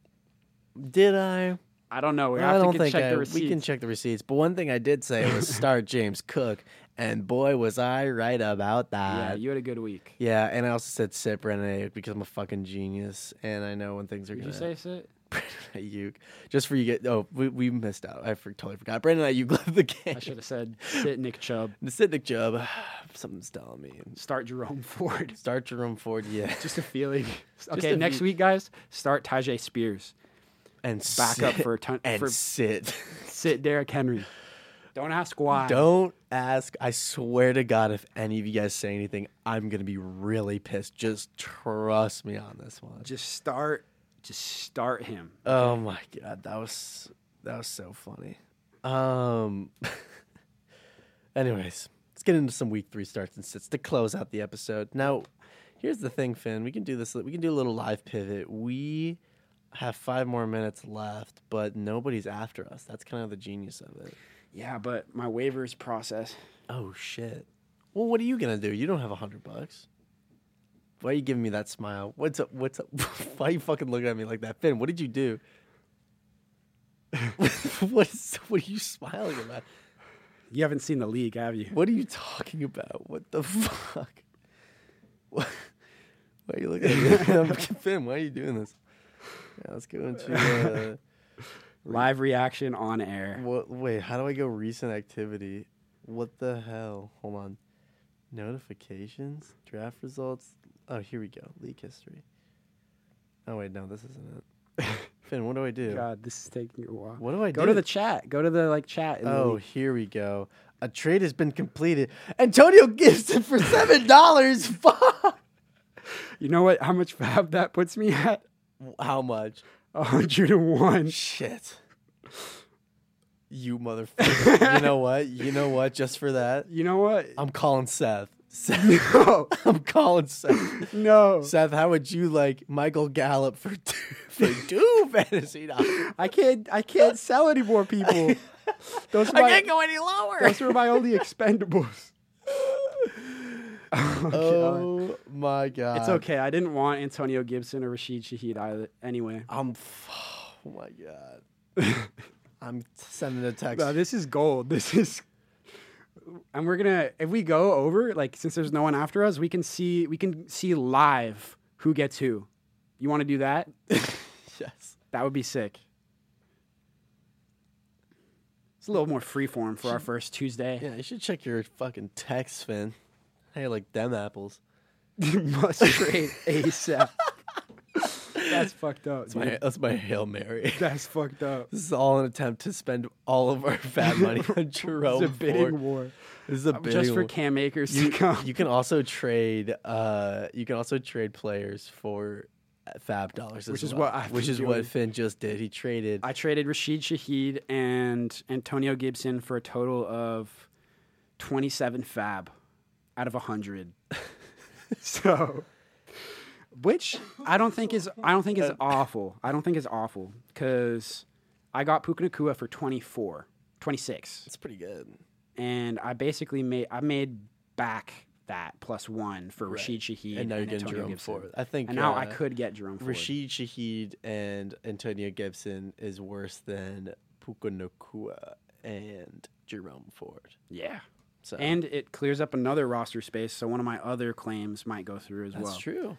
[SPEAKER 3] Did I?
[SPEAKER 2] I don't know. We have
[SPEAKER 3] I
[SPEAKER 2] to
[SPEAKER 3] don't
[SPEAKER 2] get-
[SPEAKER 3] think
[SPEAKER 2] check
[SPEAKER 3] I,
[SPEAKER 2] the
[SPEAKER 3] we can
[SPEAKER 2] receipts.
[SPEAKER 3] check the receipts. But one thing I did say was start James Cook, and boy was I right about
[SPEAKER 2] yeah,
[SPEAKER 3] that. Yeah,
[SPEAKER 2] you had a good week.
[SPEAKER 3] and I also said sit Brennan Ayuk because I'm a fucking genius, and I know when things are
[SPEAKER 2] Did
[SPEAKER 3] gonna
[SPEAKER 2] you say sit?
[SPEAKER 3] Brandon Ayuk. Just for you get oh we, we missed out. I for, totally forgot. Brandon Ayuk left the game.
[SPEAKER 2] I should have said sit Nick Chubb,
[SPEAKER 3] The Sidnick job, something's telling me.
[SPEAKER 2] start Jerome Ford.
[SPEAKER 3] Start Jerome Ford, yeah.
[SPEAKER 2] Just a feeling. Okay,
[SPEAKER 3] a
[SPEAKER 2] next
[SPEAKER 3] few-
[SPEAKER 2] week, guys, start Tajay Spears.
[SPEAKER 3] And
[SPEAKER 2] Back up
[SPEAKER 3] sit-
[SPEAKER 2] for a ton
[SPEAKER 3] and
[SPEAKER 2] for
[SPEAKER 3] sit.
[SPEAKER 2] sit Derrick Henry. Don't ask why.
[SPEAKER 3] Don't ask. I swear to God, if any of you guys say anything, I'm gonna be really pissed. Just trust me on this one.
[SPEAKER 2] Just start just start him.
[SPEAKER 3] Oh my god, that was that was so funny. Um. anyways, let's get into some week three starts and sits to close out the episode. Now, Here's the thing, Finn. We can do this. We can do a little live pivot. We have five more minutes left, but nobody's after us. That's kind of the genius of it.
[SPEAKER 2] Yeah, but my waivers process.
[SPEAKER 3] Oh shit. Well, what are you gonna do? You don't have a hundred bucks. Why are you giving me that smile? What's up? What's up? Why are you fucking looking at me like that, Finn? What did you do? what is? What are you smiling about?
[SPEAKER 2] You haven't seen the league, have you?
[SPEAKER 3] What are you talking about? What the fuck? What? Why are you looking at me? I'm Finn, why are you doing this? Yeah, let's go into.
[SPEAKER 2] Live reaction on air.
[SPEAKER 3] Uh, what, wait, how do I go recent activity? What the hell? Hold on. Notifications, draft results. Oh, here we go. Leak history. Oh wait, no, this isn't it. Finn, what do I do?
[SPEAKER 2] Oh God, this is taking a while.
[SPEAKER 3] What do I
[SPEAKER 2] Go
[SPEAKER 3] do?
[SPEAKER 2] to the chat. Go to the like chat. in the
[SPEAKER 3] Oh,
[SPEAKER 2] league.
[SPEAKER 3] here we go. A trade has been completed. Antonio Gibson for seven dollars. Fuck.
[SPEAKER 2] you know what? How much fab that puts me at?
[SPEAKER 3] How much?
[SPEAKER 2] A hundred and one.
[SPEAKER 3] Shit. You motherfucker. you know what? You know what? Just for that,
[SPEAKER 2] You know what?
[SPEAKER 3] I'm calling Seth. Seth.
[SPEAKER 2] No,
[SPEAKER 3] I'm calling Seth.
[SPEAKER 2] no.
[SPEAKER 3] Seth, how would you like Michael Gallup for two, for two fantasy dollars?
[SPEAKER 2] I can't. I can't sell any more people. Those are
[SPEAKER 3] I
[SPEAKER 2] my,
[SPEAKER 3] can't go any lower.
[SPEAKER 2] those were my only expendables. Oh, God.
[SPEAKER 3] Oh my god.
[SPEAKER 2] It's okay. I didn't want Antonio Gibson or Rashid Shaheed either. Anyway,
[SPEAKER 3] I'm. F- oh my god. I'm sending a text.
[SPEAKER 2] No, this is gold. This is, and we're gonna if we go over like since there's no one after us, we can see we can see live who gets who. You want to do that?
[SPEAKER 3] yes.
[SPEAKER 2] That would be sick. It's a little more free form for our first Tuesday.
[SPEAKER 3] Yeah, you should check your fucking text, Finn. Hey, like them apples.
[SPEAKER 2] Must trade ASAP. That's fucked up. dude.
[SPEAKER 3] My, that's my hail mary.
[SPEAKER 2] That's fucked up.
[SPEAKER 3] This is all an attempt to spend all of our fat money on Jerome
[SPEAKER 2] It's a
[SPEAKER 3] Ford.
[SPEAKER 2] bidding war.
[SPEAKER 3] This is a bidding
[SPEAKER 2] Just for
[SPEAKER 3] war.
[SPEAKER 2] Cam Akers
[SPEAKER 3] you,
[SPEAKER 2] to come.
[SPEAKER 3] you can also trade. Uh, you can also trade players for uh, fab dollars, as
[SPEAKER 2] Which is
[SPEAKER 3] well,
[SPEAKER 2] what I've
[SPEAKER 3] which
[SPEAKER 2] been
[SPEAKER 3] is what
[SPEAKER 2] doing.
[SPEAKER 3] Finn just did. He traded.
[SPEAKER 2] I traded Rashid Shaheed and Antonio Gibson for a total of 27 fab out of 100. so which I don't think is I don't think is awful. I don't think is awful cuz I got Puka Nakua for 24, 26.
[SPEAKER 3] it's pretty good.
[SPEAKER 2] And I basically made I made back that plus 1 for Rashid Shaheed
[SPEAKER 3] And now you're getting
[SPEAKER 2] Antonio
[SPEAKER 3] Jerome
[SPEAKER 2] Gibson.
[SPEAKER 3] Ford. I think.
[SPEAKER 2] And now I
[SPEAKER 3] uh,
[SPEAKER 2] could get Jerome Ford.
[SPEAKER 3] Rashid Shaheed and Antonio Gibson is worse than Puka Nakua and Jerome Ford.
[SPEAKER 2] Yeah.
[SPEAKER 3] So
[SPEAKER 2] And it clears up another roster space, so one of my other claims might go through as
[SPEAKER 3] that's
[SPEAKER 2] well.
[SPEAKER 3] true.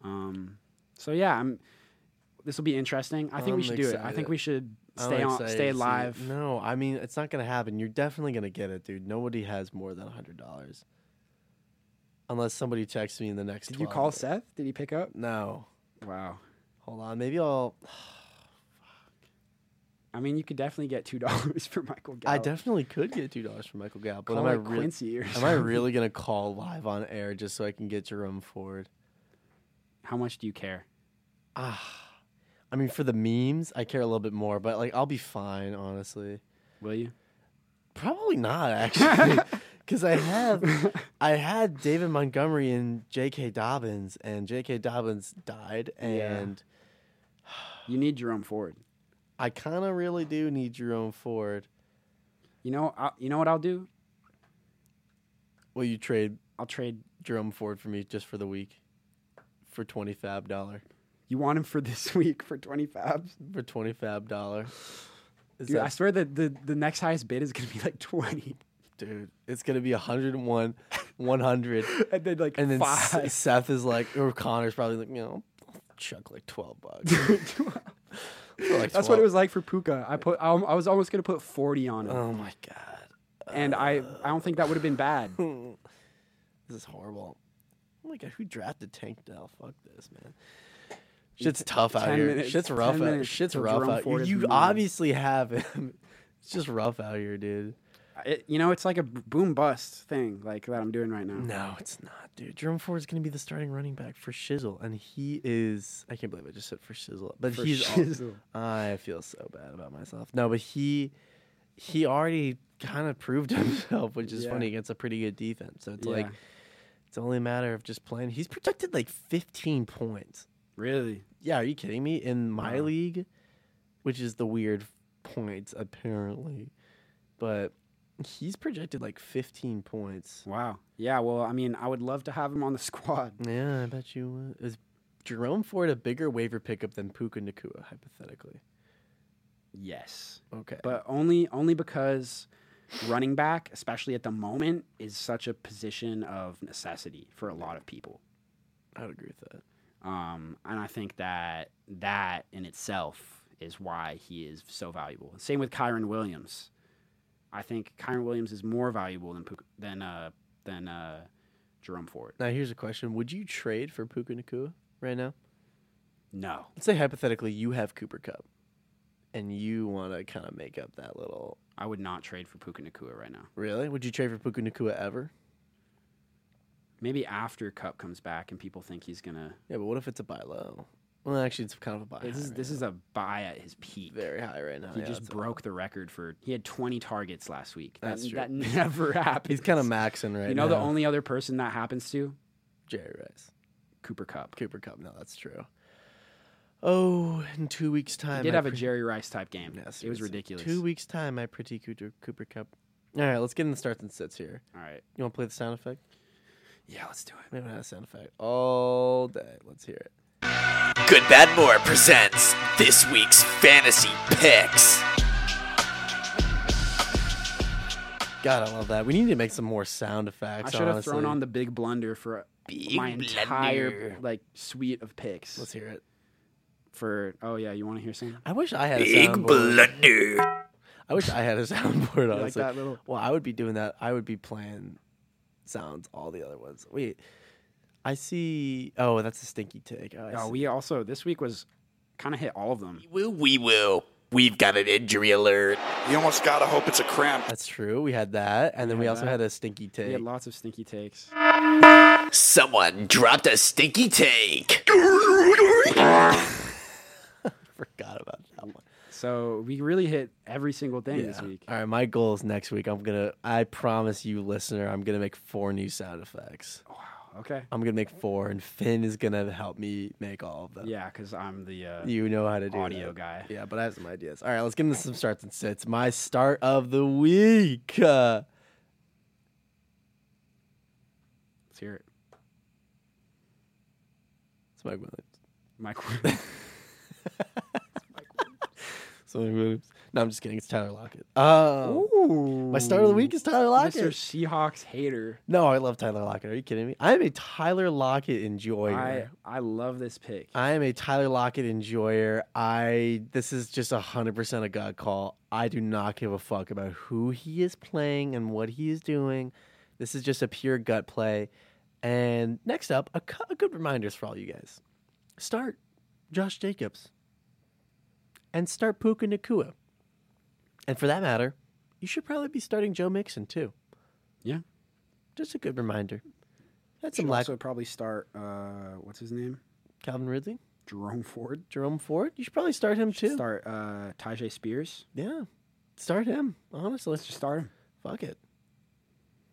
[SPEAKER 2] Um, so yeah, I'm. This will be interesting. I think
[SPEAKER 3] I'm
[SPEAKER 2] we should do it. I
[SPEAKER 3] excited.
[SPEAKER 2] think we should
[SPEAKER 3] I'm
[SPEAKER 2] stay on,
[SPEAKER 3] excited
[SPEAKER 2] stay
[SPEAKER 3] to see it.
[SPEAKER 2] live.
[SPEAKER 3] No, I mean it's not gonna happen. You're definitely gonna get it, dude. Nobody has more than hundred dollars, unless somebody texts me in the next.
[SPEAKER 2] Did you
[SPEAKER 3] 12
[SPEAKER 2] call
[SPEAKER 3] hours.
[SPEAKER 2] Seth? Did he pick up?
[SPEAKER 3] No.
[SPEAKER 2] Wow.
[SPEAKER 3] Hold on. Maybe I'll.
[SPEAKER 2] I mean, you could definitely get two dollars for Michael Gallup.
[SPEAKER 3] I definitely could get two dollars from Michael Gallup, but
[SPEAKER 2] Call
[SPEAKER 3] am I
[SPEAKER 2] like
[SPEAKER 3] really?
[SPEAKER 2] Quincy or
[SPEAKER 3] Am I
[SPEAKER 2] something.
[SPEAKER 3] really gonna call live on air just so I can get Jerome Ford?
[SPEAKER 2] How much do you care?
[SPEAKER 3] Ah, I mean, for the memes, I care a little bit more, but like, I'll be fine, honestly.
[SPEAKER 2] Will you?
[SPEAKER 3] Probably not actually, because I have, I had David Montgomery and J.K. Dobbins, and J.K. Dobbins died,
[SPEAKER 2] Yeah.
[SPEAKER 3] and
[SPEAKER 2] You need Jerome Ford.
[SPEAKER 3] I kind of really do need Jerome Ford.
[SPEAKER 2] You know. i you know what I'll do?
[SPEAKER 3] Will you trade
[SPEAKER 2] I'll trade.
[SPEAKER 3] Jerome Ford for me just for the week, for twenty fab dollar,
[SPEAKER 2] You want him for this week for twenty fabs?
[SPEAKER 3] for twenty fab dollar? Is
[SPEAKER 2] Dude,
[SPEAKER 3] that-
[SPEAKER 2] I swear that the, the next highest bid is gonna be like twenty,
[SPEAKER 3] dude, it's gonna be hundred and one, one hundred.
[SPEAKER 2] and then like
[SPEAKER 3] And then S-
[SPEAKER 2] five.
[SPEAKER 3] Seth is like, or Connor's probably like, you know, I'll chuck like twelve bucks. For like
[SPEAKER 2] That's what
[SPEAKER 3] 12.
[SPEAKER 2] it was like for Puka. I put I, I was almost gonna put forty on him.
[SPEAKER 3] Oh my god,
[SPEAKER 2] and I I don't think that would have been bad.
[SPEAKER 3] this is horrible. Oh my god, who drafted Tank Dell? Fuck this, man. Shit's tough out
[SPEAKER 2] 10
[SPEAKER 3] here.
[SPEAKER 2] minutes-
[SPEAKER 3] Shit's
[SPEAKER 2] 10
[SPEAKER 3] rough out.
[SPEAKER 2] minutes
[SPEAKER 3] Shit's
[SPEAKER 2] till
[SPEAKER 3] rough
[SPEAKER 2] Jerome
[SPEAKER 3] out. You,
[SPEAKER 2] Ford is
[SPEAKER 3] you
[SPEAKER 2] moving.
[SPEAKER 3] obviously have him. It's just rough out here, dude.
[SPEAKER 2] It, you know, it's like a boom bust thing like that I'm doing right now.
[SPEAKER 3] No, it's not, dude. Jerome Ford is going to be the starting running back for Shizzle, and he is. I can't believe I just said for Shizzle, but
[SPEAKER 2] For
[SPEAKER 3] he's. al-
[SPEAKER 2] shizzle.
[SPEAKER 3] I feel so bad about myself. No, but he, he already kind of proved himself, which is
[SPEAKER 2] Yeah.
[SPEAKER 3] funny against a pretty good defense. So it's
[SPEAKER 2] Yeah.
[SPEAKER 3] like, It's only a matter of just playing. He's projected like 15 points.
[SPEAKER 2] Really?
[SPEAKER 3] Yeah, are you kidding me? In my
[SPEAKER 2] Wow.
[SPEAKER 3] league, which is the weird points apparently, but he's projected like 15 points.
[SPEAKER 2] Wow. Yeah. Well, I mean, I would love to have him on the squad.
[SPEAKER 3] Yeah, I bet you would. is Jerome Ford a bigger waiver pickup than Puka Nakua hypothetically.
[SPEAKER 2] Yes,
[SPEAKER 3] Okay,
[SPEAKER 2] but only only because running back, especially at the moment, is such a position of necessity for a lot of people.
[SPEAKER 3] I would agree with that.
[SPEAKER 2] Um, and I think that that in itself is why he is so valuable. Same with Kyron Williams. I think Kyron Williams is more valuable than Puka, than uh, than uh, Jerome Ford.
[SPEAKER 3] Now here's a question: Would you trade for Puka Nakua right now?
[SPEAKER 2] No,
[SPEAKER 3] Let's say hypothetically you have Cooper Cup, and you want to kind of make up that little.
[SPEAKER 2] I would not trade for Puka Nakua right now.
[SPEAKER 3] Really? Would you trade for Puka Nakua ever?
[SPEAKER 2] Maybe after Cup comes back and people think he's gonna.
[SPEAKER 3] Yeah, but what if it's a buy low? Well, actually, it's kind of a buy.
[SPEAKER 2] This
[SPEAKER 3] high
[SPEAKER 2] is
[SPEAKER 3] right
[SPEAKER 2] this is a buy at his peak.
[SPEAKER 3] very high right now.
[SPEAKER 2] He
[SPEAKER 3] yeah,
[SPEAKER 2] just
[SPEAKER 3] that's-
[SPEAKER 2] broke the record for. He had 20 targets last week. That,
[SPEAKER 3] That's true.
[SPEAKER 2] that never happened.
[SPEAKER 3] He's kind of maxing right now.
[SPEAKER 2] You know the only other person that happens to
[SPEAKER 3] Jerry Rice,
[SPEAKER 2] Cooper Cup.
[SPEAKER 3] Cooper Cup. No, that's true. Oh, in two weeks' time,
[SPEAKER 2] He did
[SPEAKER 3] I
[SPEAKER 2] have a
[SPEAKER 3] pre-
[SPEAKER 2] Jerry Rice type game.
[SPEAKER 3] Yeah,
[SPEAKER 2] it was
[SPEAKER 3] seriously.
[SPEAKER 2] ridiculous.
[SPEAKER 3] Two weeks' time, my pretty Cooper, Cooper Cup. All right, let's get in the starts and sits here.
[SPEAKER 2] All right.
[SPEAKER 3] You want to play the sound effect?
[SPEAKER 2] Yeah, let's do it.
[SPEAKER 3] We haven't had a sound effect all day. Let's hear it.
[SPEAKER 1] Good Bad More presents this week's fantasy picks.
[SPEAKER 3] God, I love that. We need to make some more sound effects.
[SPEAKER 2] I should have thrown
[SPEAKER 3] honestly.
[SPEAKER 2] on the big blunder for
[SPEAKER 1] Big
[SPEAKER 2] my entire
[SPEAKER 1] blunder.
[SPEAKER 2] like suite of picks.
[SPEAKER 3] Let's hear it.
[SPEAKER 2] for oh yeah, you want to hear something?
[SPEAKER 3] I wish I had a
[SPEAKER 1] Big
[SPEAKER 3] soundboard.
[SPEAKER 1] blunder.
[SPEAKER 3] I wish I had a soundboard.
[SPEAKER 2] like
[SPEAKER 3] Honestly,
[SPEAKER 2] that little-
[SPEAKER 3] well, I would be doing that. I would be playing sounds all the other ones. Wait, I see. Oh, that's a stinky take. Oh, I
[SPEAKER 2] Oh,
[SPEAKER 3] see.
[SPEAKER 2] we also this week was kind of hit all of them.
[SPEAKER 1] Will we will. We've got an injury alert.
[SPEAKER 4] You almost gotta hope it's a cramp.
[SPEAKER 3] that's true. We had that, and then we
[SPEAKER 2] had
[SPEAKER 3] also
[SPEAKER 2] that.
[SPEAKER 3] had a stinky take.
[SPEAKER 2] We had lots of stinky takes.
[SPEAKER 1] Someone dropped a stinky take.
[SPEAKER 3] Forgot about that one.
[SPEAKER 2] So we really hit every single thing this
[SPEAKER 3] Yeah.
[SPEAKER 2] week.
[SPEAKER 3] All right, my goal is next week. I'm gonna. I promise you, listener, I'm gonna make four new sound effects.
[SPEAKER 2] Okay.
[SPEAKER 3] I'm gonna make four, and Finn is gonna help me make all of them.
[SPEAKER 2] Yeah, because I'm the uh,
[SPEAKER 3] You know how to do
[SPEAKER 2] audio
[SPEAKER 3] that.
[SPEAKER 2] guy.
[SPEAKER 3] Yeah, but I have some ideas. All right, let's get into some starts and sits. My start of the week. Uh,
[SPEAKER 2] Let's hear it.
[SPEAKER 3] it's Mike Williams.
[SPEAKER 2] Mike.
[SPEAKER 3] It's Mike Williams. No, I'm just kidding. It's Tyler Lockett. Oh, my start of the week is Tyler Lockett.
[SPEAKER 2] Mr. Seahawks hater.
[SPEAKER 3] No, I love Tyler Lockett. Are you kidding me? I am a Tyler Lockett enjoyer.
[SPEAKER 2] I I love this pick.
[SPEAKER 3] I am a Tyler Lockett enjoyer. I this is just hundred percent a gut call. I do not give a fuck about who he is playing and what he is doing. This is just a pure gut play. And next up, a, cou- a good reminders for all you guys: start Josh Jacobs, and start Puka Nakua, and for that matter, you should probably be starting Joe Mixon too.
[SPEAKER 2] Yeah.
[SPEAKER 3] just a good reminder. That's some
[SPEAKER 2] Should
[SPEAKER 3] lack.
[SPEAKER 2] also probably start uh, what's his name?
[SPEAKER 3] Calvin Ridley,
[SPEAKER 2] Jerome Ford.
[SPEAKER 3] Jerome Ford. You should probably start him too.
[SPEAKER 2] Start uh, Tajay Spears.
[SPEAKER 3] Yeah. Start him. Honestly.
[SPEAKER 2] Let's just start him.
[SPEAKER 3] Fuck it.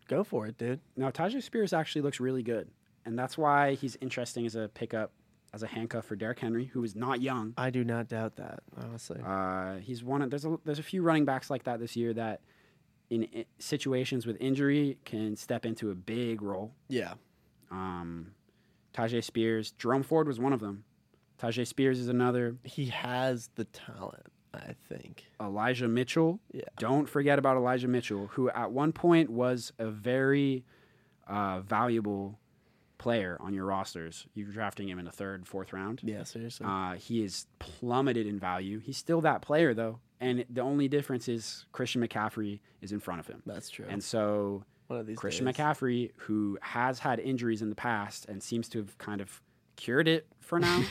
[SPEAKER 3] Go for it, dude.
[SPEAKER 2] Now Tajay Spears actually looks really good, and that's why he's interesting as a pickup, as a handcuff for Derrick Henry, who is not young.
[SPEAKER 3] I do not doubt that, honestly.
[SPEAKER 2] Uh, he's one of there's a there's a few running backs like that this year that, in i- situations with injury, can step into a big role.
[SPEAKER 3] yeah.
[SPEAKER 2] Um, Tajay Spears, Jerome Ford was one of them. Tajay Spears is another.
[SPEAKER 3] He has the talent, I think.
[SPEAKER 2] Elijah Mitchell.
[SPEAKER 3] Yeah.
[SPEAKER 2] Don't forget about Elijah Mitchell, who at one point was a very uh, valuable player on your rosters. You're drafting him in the third, fourth round.
[SPEAKER 3] Yeah, seriously.
[SPEAKER 2] Uh, he is plummeted in value. He's still that player, though. And the only difference is Christian McCaffrey is in front of him.
[SPEAKER 3] That's true.
[SPEAKER 2] And so
[SPEAKER 3] One of these
[SPEAKER 2] Christian
[SPEAKER 3] days.
[SPEAKER 2] McCaffrey, who has had injuries in the past and seems to have kind of cured it for now,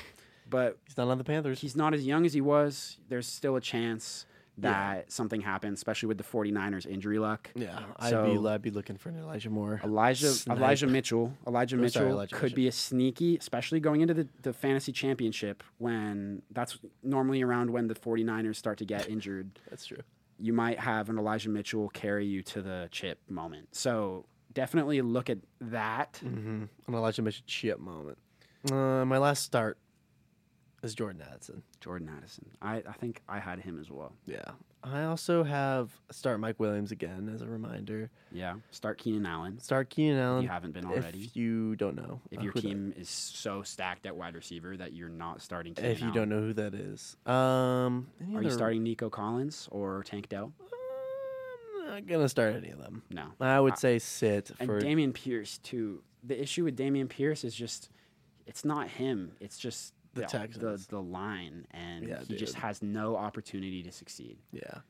[SPEAKER 2] but
[SPEAKER 3] He's not on the Panthers.
[SPEAKER 2] he's not as young as he was. There's still a chance that something happens, especially with the 49ers injury luck.
[SPEAKER 3] yeah. I'd,
[SPEAKER 2] So-
[SPEAKER 3] be, I'd be looking for an Elijah Moore.
[SPEAKER 2] Elijah
[SPEAKER 3] Snipe.
[SPEAKER 2] Elijah Mitchell Elijah
[SPEAKER 3] sorry,
[SPEAKER 2] Mitchell
[SPEAKER 3] Elijah
[SPEAKER 2] could
[SPEAKER 3] Mitchell.
[SPEAKER 2] be a sneaky, especially going into the, the fantasy championship when that's normally around when the 49ers start to get injured.
[SPEAKER 3] That's true.
[SPEAKER 2] You might have an Elijah Mitchell carry you to the chip moment. So definitely look at that.
[SPEAKER 3] I'm gonna let you miss a chip moment. Uh, my last start is Jordan Addison.
[SPEAKER 2] Jordan Addison. I, I think I had him as well.
[SPEAKER 3] Yeah. I also have start Mike Williams again as a reminder.
[SPEAKER 2] Yeah. Start Keenan Allen.
[SPEAKER 3] Start Keenan Allen.
[SPEAKER 2] you haven't been already.
[SPEAKER 3] If you don't know,
[SPEAKER 2] If
[SPEAKER 3] uh,
[SPEAKER 2] your
[SPEAKER 3] who that-
[SPEAKER 2] team is so stacked at wide receiver that you're not starting Keenan
[SPEAKER 3] if you don't know who that is, um, any
[SPEAKER 2] Are you
[SPEAKER 3] other-
[SPEAKER 2] starting Nico Collins or Tank Dell?
[SPEAKER 3] I'm not gonna start any of them.
[SPEAKER 2] No.
[SPEAKER 3] I would say sit
[SPEAKER 2] Ah. And
[SPEAKER 3] for
[SPEAKER 2] Damian Pierce too. The issue with Damian Pierce is just it's not him. It's just
[SPEAKER 3] The
[SPEAKER 2] the,
[SPEAKER 3] Texans.
[SPEAKER 2] the line and
[SPEAKER 3] Yeah,
[SPEAKER 2] he just
[SPEAKER 3] dude.
[SPEAKER 2] has no opportunity to succeed.
[SPEAKER 3] yeah.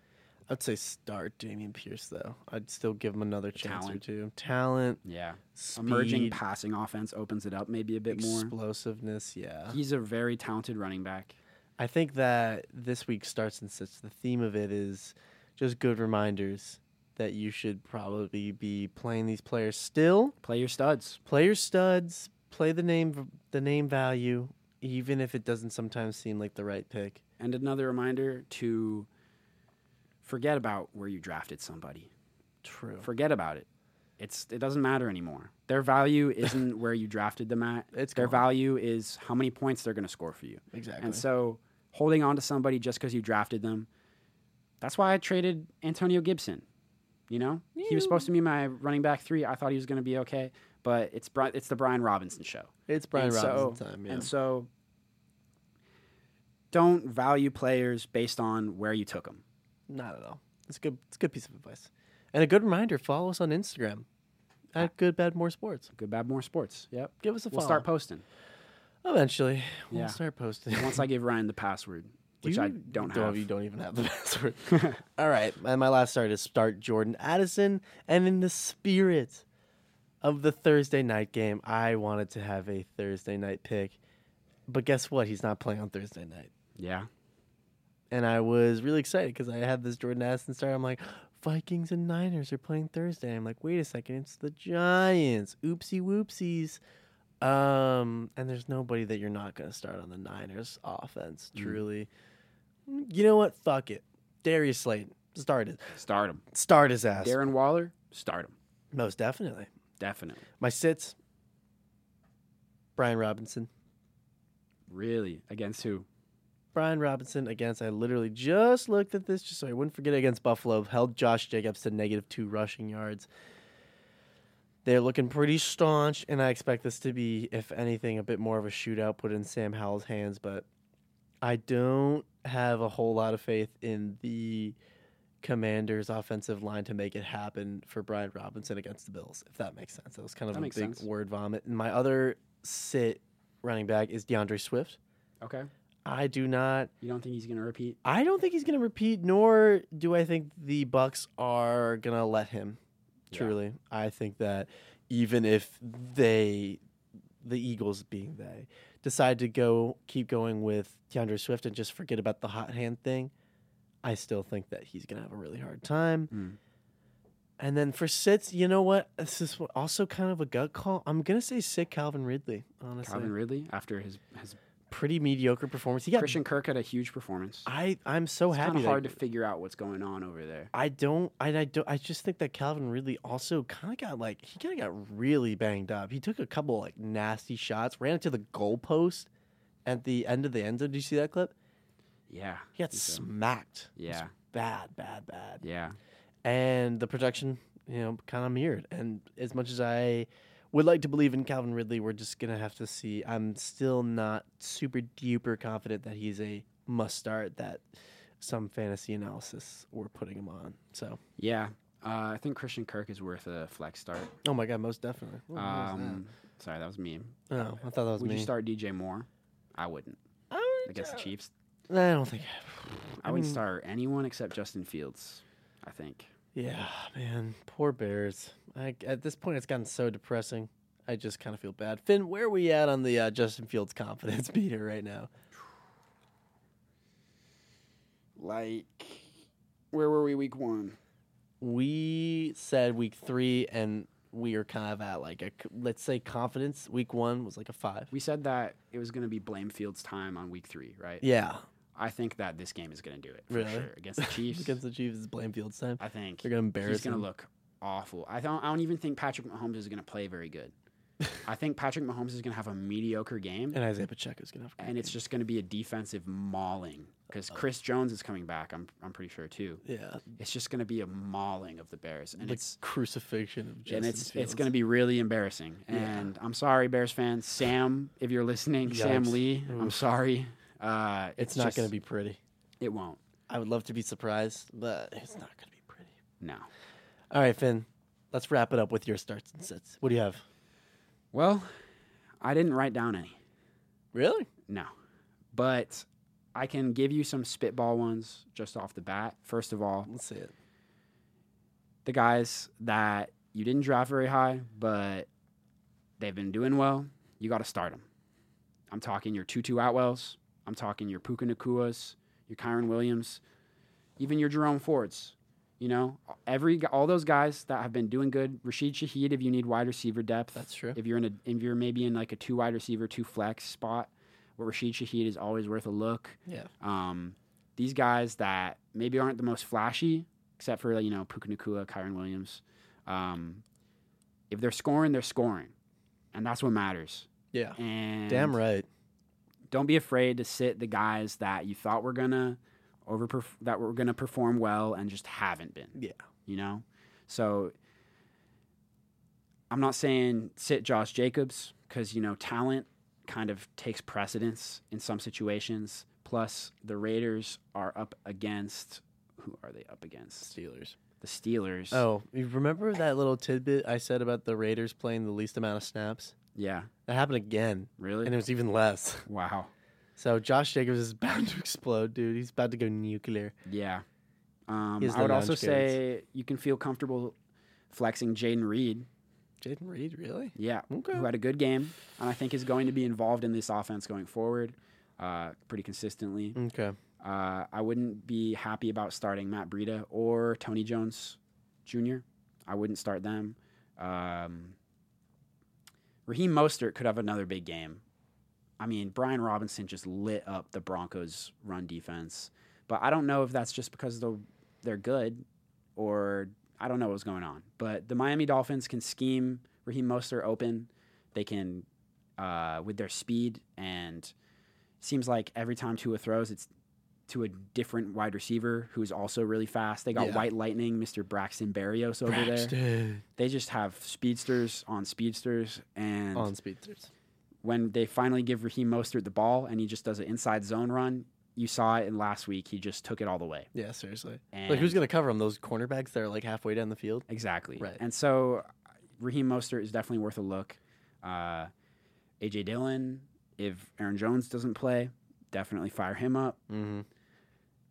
[SPEAKER 3] I'd say start Damian Pierce though. I'd still give him another chance or
[SPEAKER 2] talent.
[SPEAKER 3] two. Talent,
[SPEAKER 2] Yeah. Emerging
[SPEAKER 3] speed,
[SPEAKER 2] passing offense opens it up maybe a bit more.
[SPEAKER 3] explosiveness. Yeah,
[SPEAKER 2] He's a very talented running back.
[SPEAKER 3] I think that this week starts and sits. The theme of it is just good reminders that you should probably be playing these players still.
[SPEAKER 2] Play your studs.
[SPEAKER 3] Play your studs. Play the name the name value, even if it doesn't sometimes seem like the right pick.
[SPEAKER 2] And another reminder to forget about where you drafted somebody.
[SPEAKER 3] True.
[SPEAKER 2] Forget about it. It's it doesn't matter anymore. Their value isn't where you drafted them at.
[SPEAKER 3] It's
[SPEAKER 2] their
[SPEAKER 3] gone.
[SPEAKER 2] value is how many points they're going to score for you.
[SPEAKER 3] Exactly.
[SPEAKER 2] And so holding on to somebody just because you drafted them, that's why I traded Antonio Gibson. You know, he was supposed to be my running back three. I thought he was going to be okay, but it's Bri- it's the Brian Robinson show.
[SPEAKER 3] it's Brian
[SPEAKER 2] And
[SPEAKER 3] Robinson
[SPEAKER 2] so,
[SPEAKER 3] time. Yeah.
[SPEAKER 2] And so don't value players based on where you took them.
[SPEAKER 3] Not at all. It's a good. It's a good piece of advice, and a good reminder. Follow us on Instagram at Good Bad More Sports.
[SPEAKER 2] Good, bad, more sports. Yep.
[SPEAKER 3] Give us a
[SPEAKER 2] We'll
[SPEAKER 3] follow.
[SPEAKER 2] start posting
[SPEAKER 3] Eventually, we'll
[SPEAKER 2] Yeah.
[SPEAKER 3] start posting.
[SPEAKER 2] once I give Ryan the password, which
[SPEAKER 3] You
[SPEAKER 2] I don't have.
[SPEAKER 3] You don't even have the password. All right, and my last start is start Jordan Addison, and in the spirit of the Thursday night game, I wanted to have a Thursday night pick, but guess what? He's not playing on Thursday night,
[SPEAKER 2] Yeah.
[SPEAKER 3] and I was really excited because I had this Jordan Addison start. I'm like, Vikings and Niners are playing Thursday. I'm like, wait a second, it's the Giants. Oopsie whoopsies. Um, and there's nobody that you're not going to start on the Niners offense, truly. You know what? Fuck it. Darius Slayton, start it.
[SPEAKER 2] Start him.
[SPEAKER 3] Start his ass.
[SPEAKER 2] Darren Waller, start him.
[SPEAKER 3] Most definitely.
[SPEAKER 2] Definitely.
[SPEAKER 3] My sits, Brian Robinson.
[SPEAKER 2] Really. Against who?
[SPEAKER 3] Brian Robinson against, I literally just looked at this just so I wouldn't forget it, against Buffalo, held Josh Jacobs to negative two rushing yards. They're looking pretty staunch, and I expect this to be, if anything, a bit more of a shootout put in Sam Howell's hands, but I don't have a whole lot of faith in the Commanders' offensive line to make it happen for Brian Robinson against the Bills, if that makes sense. That was kind of
[SPEAKER 2] That
[SPEAKER 3] a big
[SPEAKER 2] makes sense.
[SPEAKER 3] word vomit. And my other sit running back is DeAndre Swift.
[SPEAKER 2] Okay.
[SPEAKER 3] I do not
[SPEAKER 2] You don't think he's going to repeat?
[SPEAKER 3] I don't think he's going to repeat, nor do I think the Bucks are going to let him.
[SPEAKER 2] Yeah.
[SPEAKER 3] Truly, I think that even if they, the Eagles being they, decide to go keep going with DeAndre Swift and just forget about the hot hand thing, I still think that he's going to have a really hard time.
[SPEAKER 2] Mm.
[SPEAKER 3] And then for sits, you know what? This is also kind of a gut call. I'm going to say sit Calvin Ridley. Honestly,
[SPEAKER 2] Calvin Ridley after his his
[SPEAKER 3] pretty mediocre performance. He got.
[SPEAKER 2] Christian Kirk had a huge performance.
[SPEAKER 3] I I'm so
[SPEAKER 2] it's kind
[SPEAKER 3] happy.
[SPEAKER 2] of
[SPEAKER 3] that-
[SPEAKER 2] hard to figure out what's going on over there.
[SPEAKER 3] I don't. I, I don't. I just think that Calvin Ridley also kind of got like he kind of got really banged up. He took a couple like nasty shots, ran into the goalpost at the end of the end zone. Did you see that clip?
[SPEAKER 2] Yeah.
[SPEAKER 3] He got
[SPEAKER 2] He's a-
[SPEAKER 3] smacked. It was
[SPEAKER 2] Yeah.
[SPEAKER 3] bad, bad, bad.
[SPEAKER 2] Yeah.
[SPEAKER 3] And the projection, you know, kind of mirrored. And as much as I would like to believe in Calvin Ridley, we're just gonna have to see. I'm still not super duper confident that he's a must start. That some fantasy analysis we're putting him on. So.
[SPEAKER 2] Yeah. Uh, I think Christian Kirk is worth a flex start.
[SPEAKER 3] Oh my god, most definitely. Oh,
[SPEAKER 2] Um, sorry, that was me.
[SPEAKER 3] oh, I thought that was
[SPEAKER 2] Would
[SPEAKER 3] me.
[SPEAKER 2] you start DJ Moore? I wouldn't. Against the Chiefs,
[SPEAKER 3] I don't think.
[SPEAKER 2] I, wouldn't start anyone except Justin Fields. I think.
[SPEAKER 3] Yeah, man, poor Bears. I, at this point, it's gotten so depressing. I just kind of feel bad. Finn, where are we at on the uh, Justin Fields confidence meter right now?
[SPEAKER 2] Like, where were we week one?
[SPEAKER 3] We said week three, and we are kind of at like a c- let's say confidence. Week one was like a five.
[SPEAKER 2] We said that it was going to be blame Fields' time on week three, right?
[SPEAKER 3] Yeah,
[SPEAKER 2] I think that this game is going to do it for
[SPEAKER 3] Really?
[SPEAKER 2] sure against the Chiefs.
[SPEAKER 3] against the Chiefs, it's blame Fields time.
[SPEAKER 2] I think
[SPEAKER 3] They're gonna embarrass
[SPEAKER 2] He's going
[SPEAKER 3] him.
[SPEAKER 2] to look awful. I don't I don't even think Patrick Mahomes is going to play very good. I think Patrick Mahomes is going to have a mediocre game,
[SPEAKER 3] And Isaiah Pacheco's gonna have. a great
[SPEAKER 2] and it's just going to be a defensive mauling because Chris Jones is coming back. I'm I'm pretty sure too.
[SPEAKER 3] game. yeah,
[SPEAKER 2] It's just going to be a mauling of the Bears, and
[SPEAKER 3] the
[SPEAKER 2] it's
[SPEAKER 3] crucifixion of Justin
[SPEAKER 2] and it's
[SPEAKER 3] Fields.
[SPEAKER 2] it's going to be really embarrassing. And I'm sorry, Bears fans. Sam, if you're listening, Sam
[SPEAKER 3] Yikes.
[SPEAKER 2] Lee, I'm sorry. Uh,
[SPEAKER 3] It's, not
[SPEAKER 2] just-
[SPEAKER 3] gonna be pretty.
[SPEAKER 2] It won't.
[SPEAKER 3] I would love to be surprised, but it's not gonna be pretty.
[SPEAKER 2] No.
[SPEAKER 3] All right, Finn. Let's wrap it up with your starts and sets. What do you have?
[SPEAKER 2] Well, I didn't write down any.
[SPEAKER 3] Really?
[SPEAKER 2] No. But I can give you some spitball ones just off the bat. First of all,
[SPEAKER 3] Let's see it.
[SPEAKER 2] the guys that you didn't draft very high, but they've been doing well, you got to start them. I'm talking your Tutu Atwells. I'm talking your Puka Nakuas, your Kyron Williams, even your Jerome Fords. You know, every gu- all those guys that have been doing good. Rashid Shaheed, if you need wide receiver depth,
[SPEAKER 3] That's true.
[SPEAKER 2] If you're in a, if you're maybe in like a two wide receiver, two flex spot, where Rashid Shaheed is always worth a look
[SPEAKER 3] Yeah.
[SPEAKER 2] um, these guys that maybe aren't the most flashy, except for you know Puka Nakua, Kyron Williams. Um, if they're scoring, they're scoring, and that's what matters.
[SPEAKER 3] Yeah.
[SPEAKER 2] And
[SPEAKER 3] Damn right.
[SPEAKER 2] don't be afraid to sit the guys that you thought were gonna over that were gonna perform well and just haven't been.
[SPEAKER 3] Yeah.
[SPEAKER 2] You know, so I'm not saying sit Josh Jacobs because you know talent kind of takes precedence in some situations. Plus, the Raiders are up against who are they up against?
[SPEAKER 3] Steelers.
[SPEAKER 2] The Steelers.
[SPEAKER 3] Oh, you remember that little tidbit I said about the Raiders playing the least amount of snaps?
[SPEAKER 2] yeah,
[SPEAKER 3] That happened again,
[SPEAKER 2] really?
[SPEAKER 3] and it was even less.
[SPEAKER 2] wow.
[SPEAKER 3] So Josh Jacobs is bound to explode, dude. He's about to go nuclear.
[SPEAKER 2] Yeah. Um,
[SPEAKER 3] He has
[SPEAKER 2] I would
[SPEAKER 3] no
[SPEAKER 2] also
[SPEAKER 3] lounge
[SPEAKER 2] say you can feel comfortable flexing Jaden Reed.
[SPEAKER 3] Jaden Reed, really?
[SPEAKER 2] Yeah.
[SPEAKER 3] Okay.
[SPEAKER 2] Who had a good game and I think is going to be involved in this offense going forward uh, pretty consistently.
[SPEAKER 3] Okay.
[SPEAKER 2] Uh, I wouldn't be happy about starting Matt Breida or Tony Jones Jr. I wouldn't start them. Um, Raheem Mostert could have another big game. I mean, Brian Robinson just lit up the Broncos' run defense, but I don't know if that's just because the, they're good or I don't know what's going on. But the Miami Dolphins can scheme Raheem Mostert open. They can, uh, with their speed and seems like every time Tua throws, it's to a different wide receiver who's also really fast. They got
[SPEAKER 3] Yeah.
[SPEAKER 2] White Lightning, Mr. Braxton Berrios over there.
[SPEAKER 3] Braxton.
[SPEAKER 2] They just have speedsters on speedsters, and
[SPEAKER 3] On speedsters.
[SPEAKER 2] when they finally give Raheem Mostert the ball and he just does an inside zone run, you saw it in last week. He just took it all the way.
[SPEAKER 3] Yeah, seriously.
[SPEAKER 2] And
[SPEAKER 3] like, who's going to cover him? Those cornerbacks that are like halfway down the field?
[SPEAKER 2] Exactly.
[SPEAKER 3] Right.
[SPEAKER 2] And so uh, Raheem Mostert is definitely worth a look. Uh, AJ Dillon, if Aaron Jones doesn't play, definitely fire him up.
[SPEAKER 3] Mm-hmm.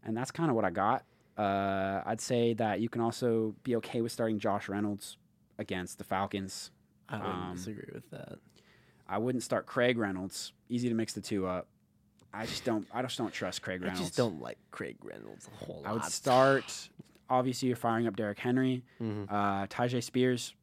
[SPEAKER 2] And that's kind of what I got. Uh, I'd say that you can also be okay with starting Josh Reynolds against the Falcons.
[SPEAKER 3] I wouldn't
[SPEAKER 2] Um,
[SPEAKER 3] disagree with that.
[SPEAKER 2] I wouldn't start Craig Reynolds. Easy to mix the two up. I just don't. I just don't trust Craig Reynolds.
[SPEAKER 3] I just don't like Craig Reynolds a whole lot.
[SPEAKER 2] I would start. Obviously, you're firing up Derrick Henry,
[SPEAKER 3] Mhm.
[SPEAKER 2] uh, Tajay Spears,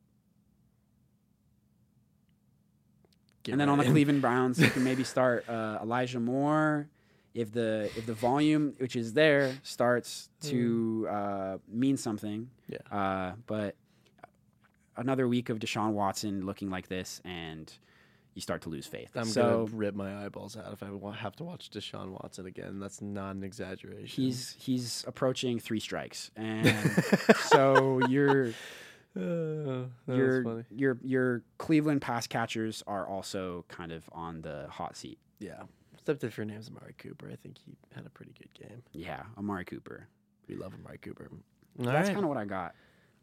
[SPEAKER 3] Get
[SPEAKER 2] and then
[SPEAKER 3] right
[SPEAKER 2] on the
[SPEAKER 3] in.
[SPEAKER 2] Cleveland Browns, you can maybe start uh, Elijah Moore. If the if the volume which is there starts to uh, mean something,
[SPEAKER 3] Hmm. Yeah.
[SPEAKER 2] Uh, but another week of Deshaun Watson looking like this, and you start to lose faith.
[SPEAKER 3] I'm
[SPEAKER 2] so
[SPEAKER 3] gonna rip my eyeballs out if I wa- have to watch Deshaun Watson again. That's not an exaggeration.
[SPEAKER 2] he's he's approaching three strikes, and so you're
[SPEAKER 3] Uh, that was
[SPEAKER 2] your
[SPEAKER 3] funny.
[SPEAKER 2] your your Cleveland pass catchers are also kind of on the hot seat.
[SPEAKER 3] Yeah. Except if your name's Amari Cooper, I think he had a pretty good game.
[SPEAKER 2] Yeah, Amari Cooper.
[SPEAKER 3] We love Amari Cooper.
[SPEAKER 2] That's kind of what I got.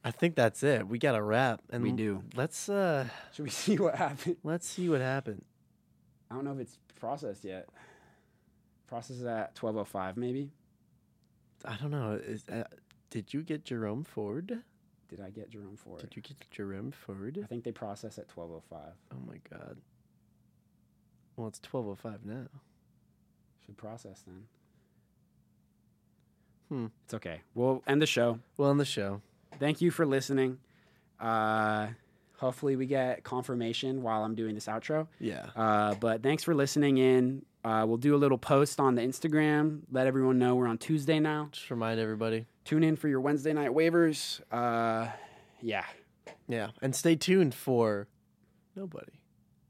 [SPEAKER 3] I think that's it. We got a wrap, and
[SPEAKER 2] We do.
[SPEAKER 3] Let's uh,
[SPEAKER 2] Should we see what happened?
[SPEAKER 3] let's see what happened.
[SPEAKER 2] I don't know if it's processed yet. Process is at twelve oh five, maybe.
[SPEAKER 3] I don't know. Is, uh, did you get Jerome Ford?
[SPEAKER 2] Did I get Jerome Ford?
[SPEAKER 3] Did you get Jerome Ford?
[SPEAKER 2] I think they process at twelve oh five.
[SPEAKER 3] Oh my God. Well, it's twelve oh five now.
[SPEAKER 2] Should process then.
[SPEAKER 3] Hmm.
[SPEAKER 2] It's okay. We'll end the show.
[SPEAKER 3] Well, on the show.
[SPEAKER 2] Thank you for listening. Uh, hopefully, we get confirmation while I'm doing this outro.
[SPEAKER 3] Yeah.
[SPEAKER 2] Uh, but thanks for listening in. Uh, we'll do a little post on the Instagram. Let everyone know we're on Tuesday now.
[SPEAKER 3] Just remind everybody.
[SPEAKER 2] Tune in for your Wednesday night waivers. Uh, Yeah,
[SPEAKER 3] Yeah. And stay tuned for nobody.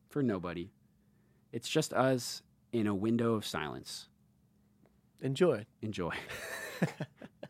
[SPEAKER 2] for nobody. It's just us in a window of silence.
[SPEAKER 3] Enjoy.
[SPEAKER 2] Enjoy.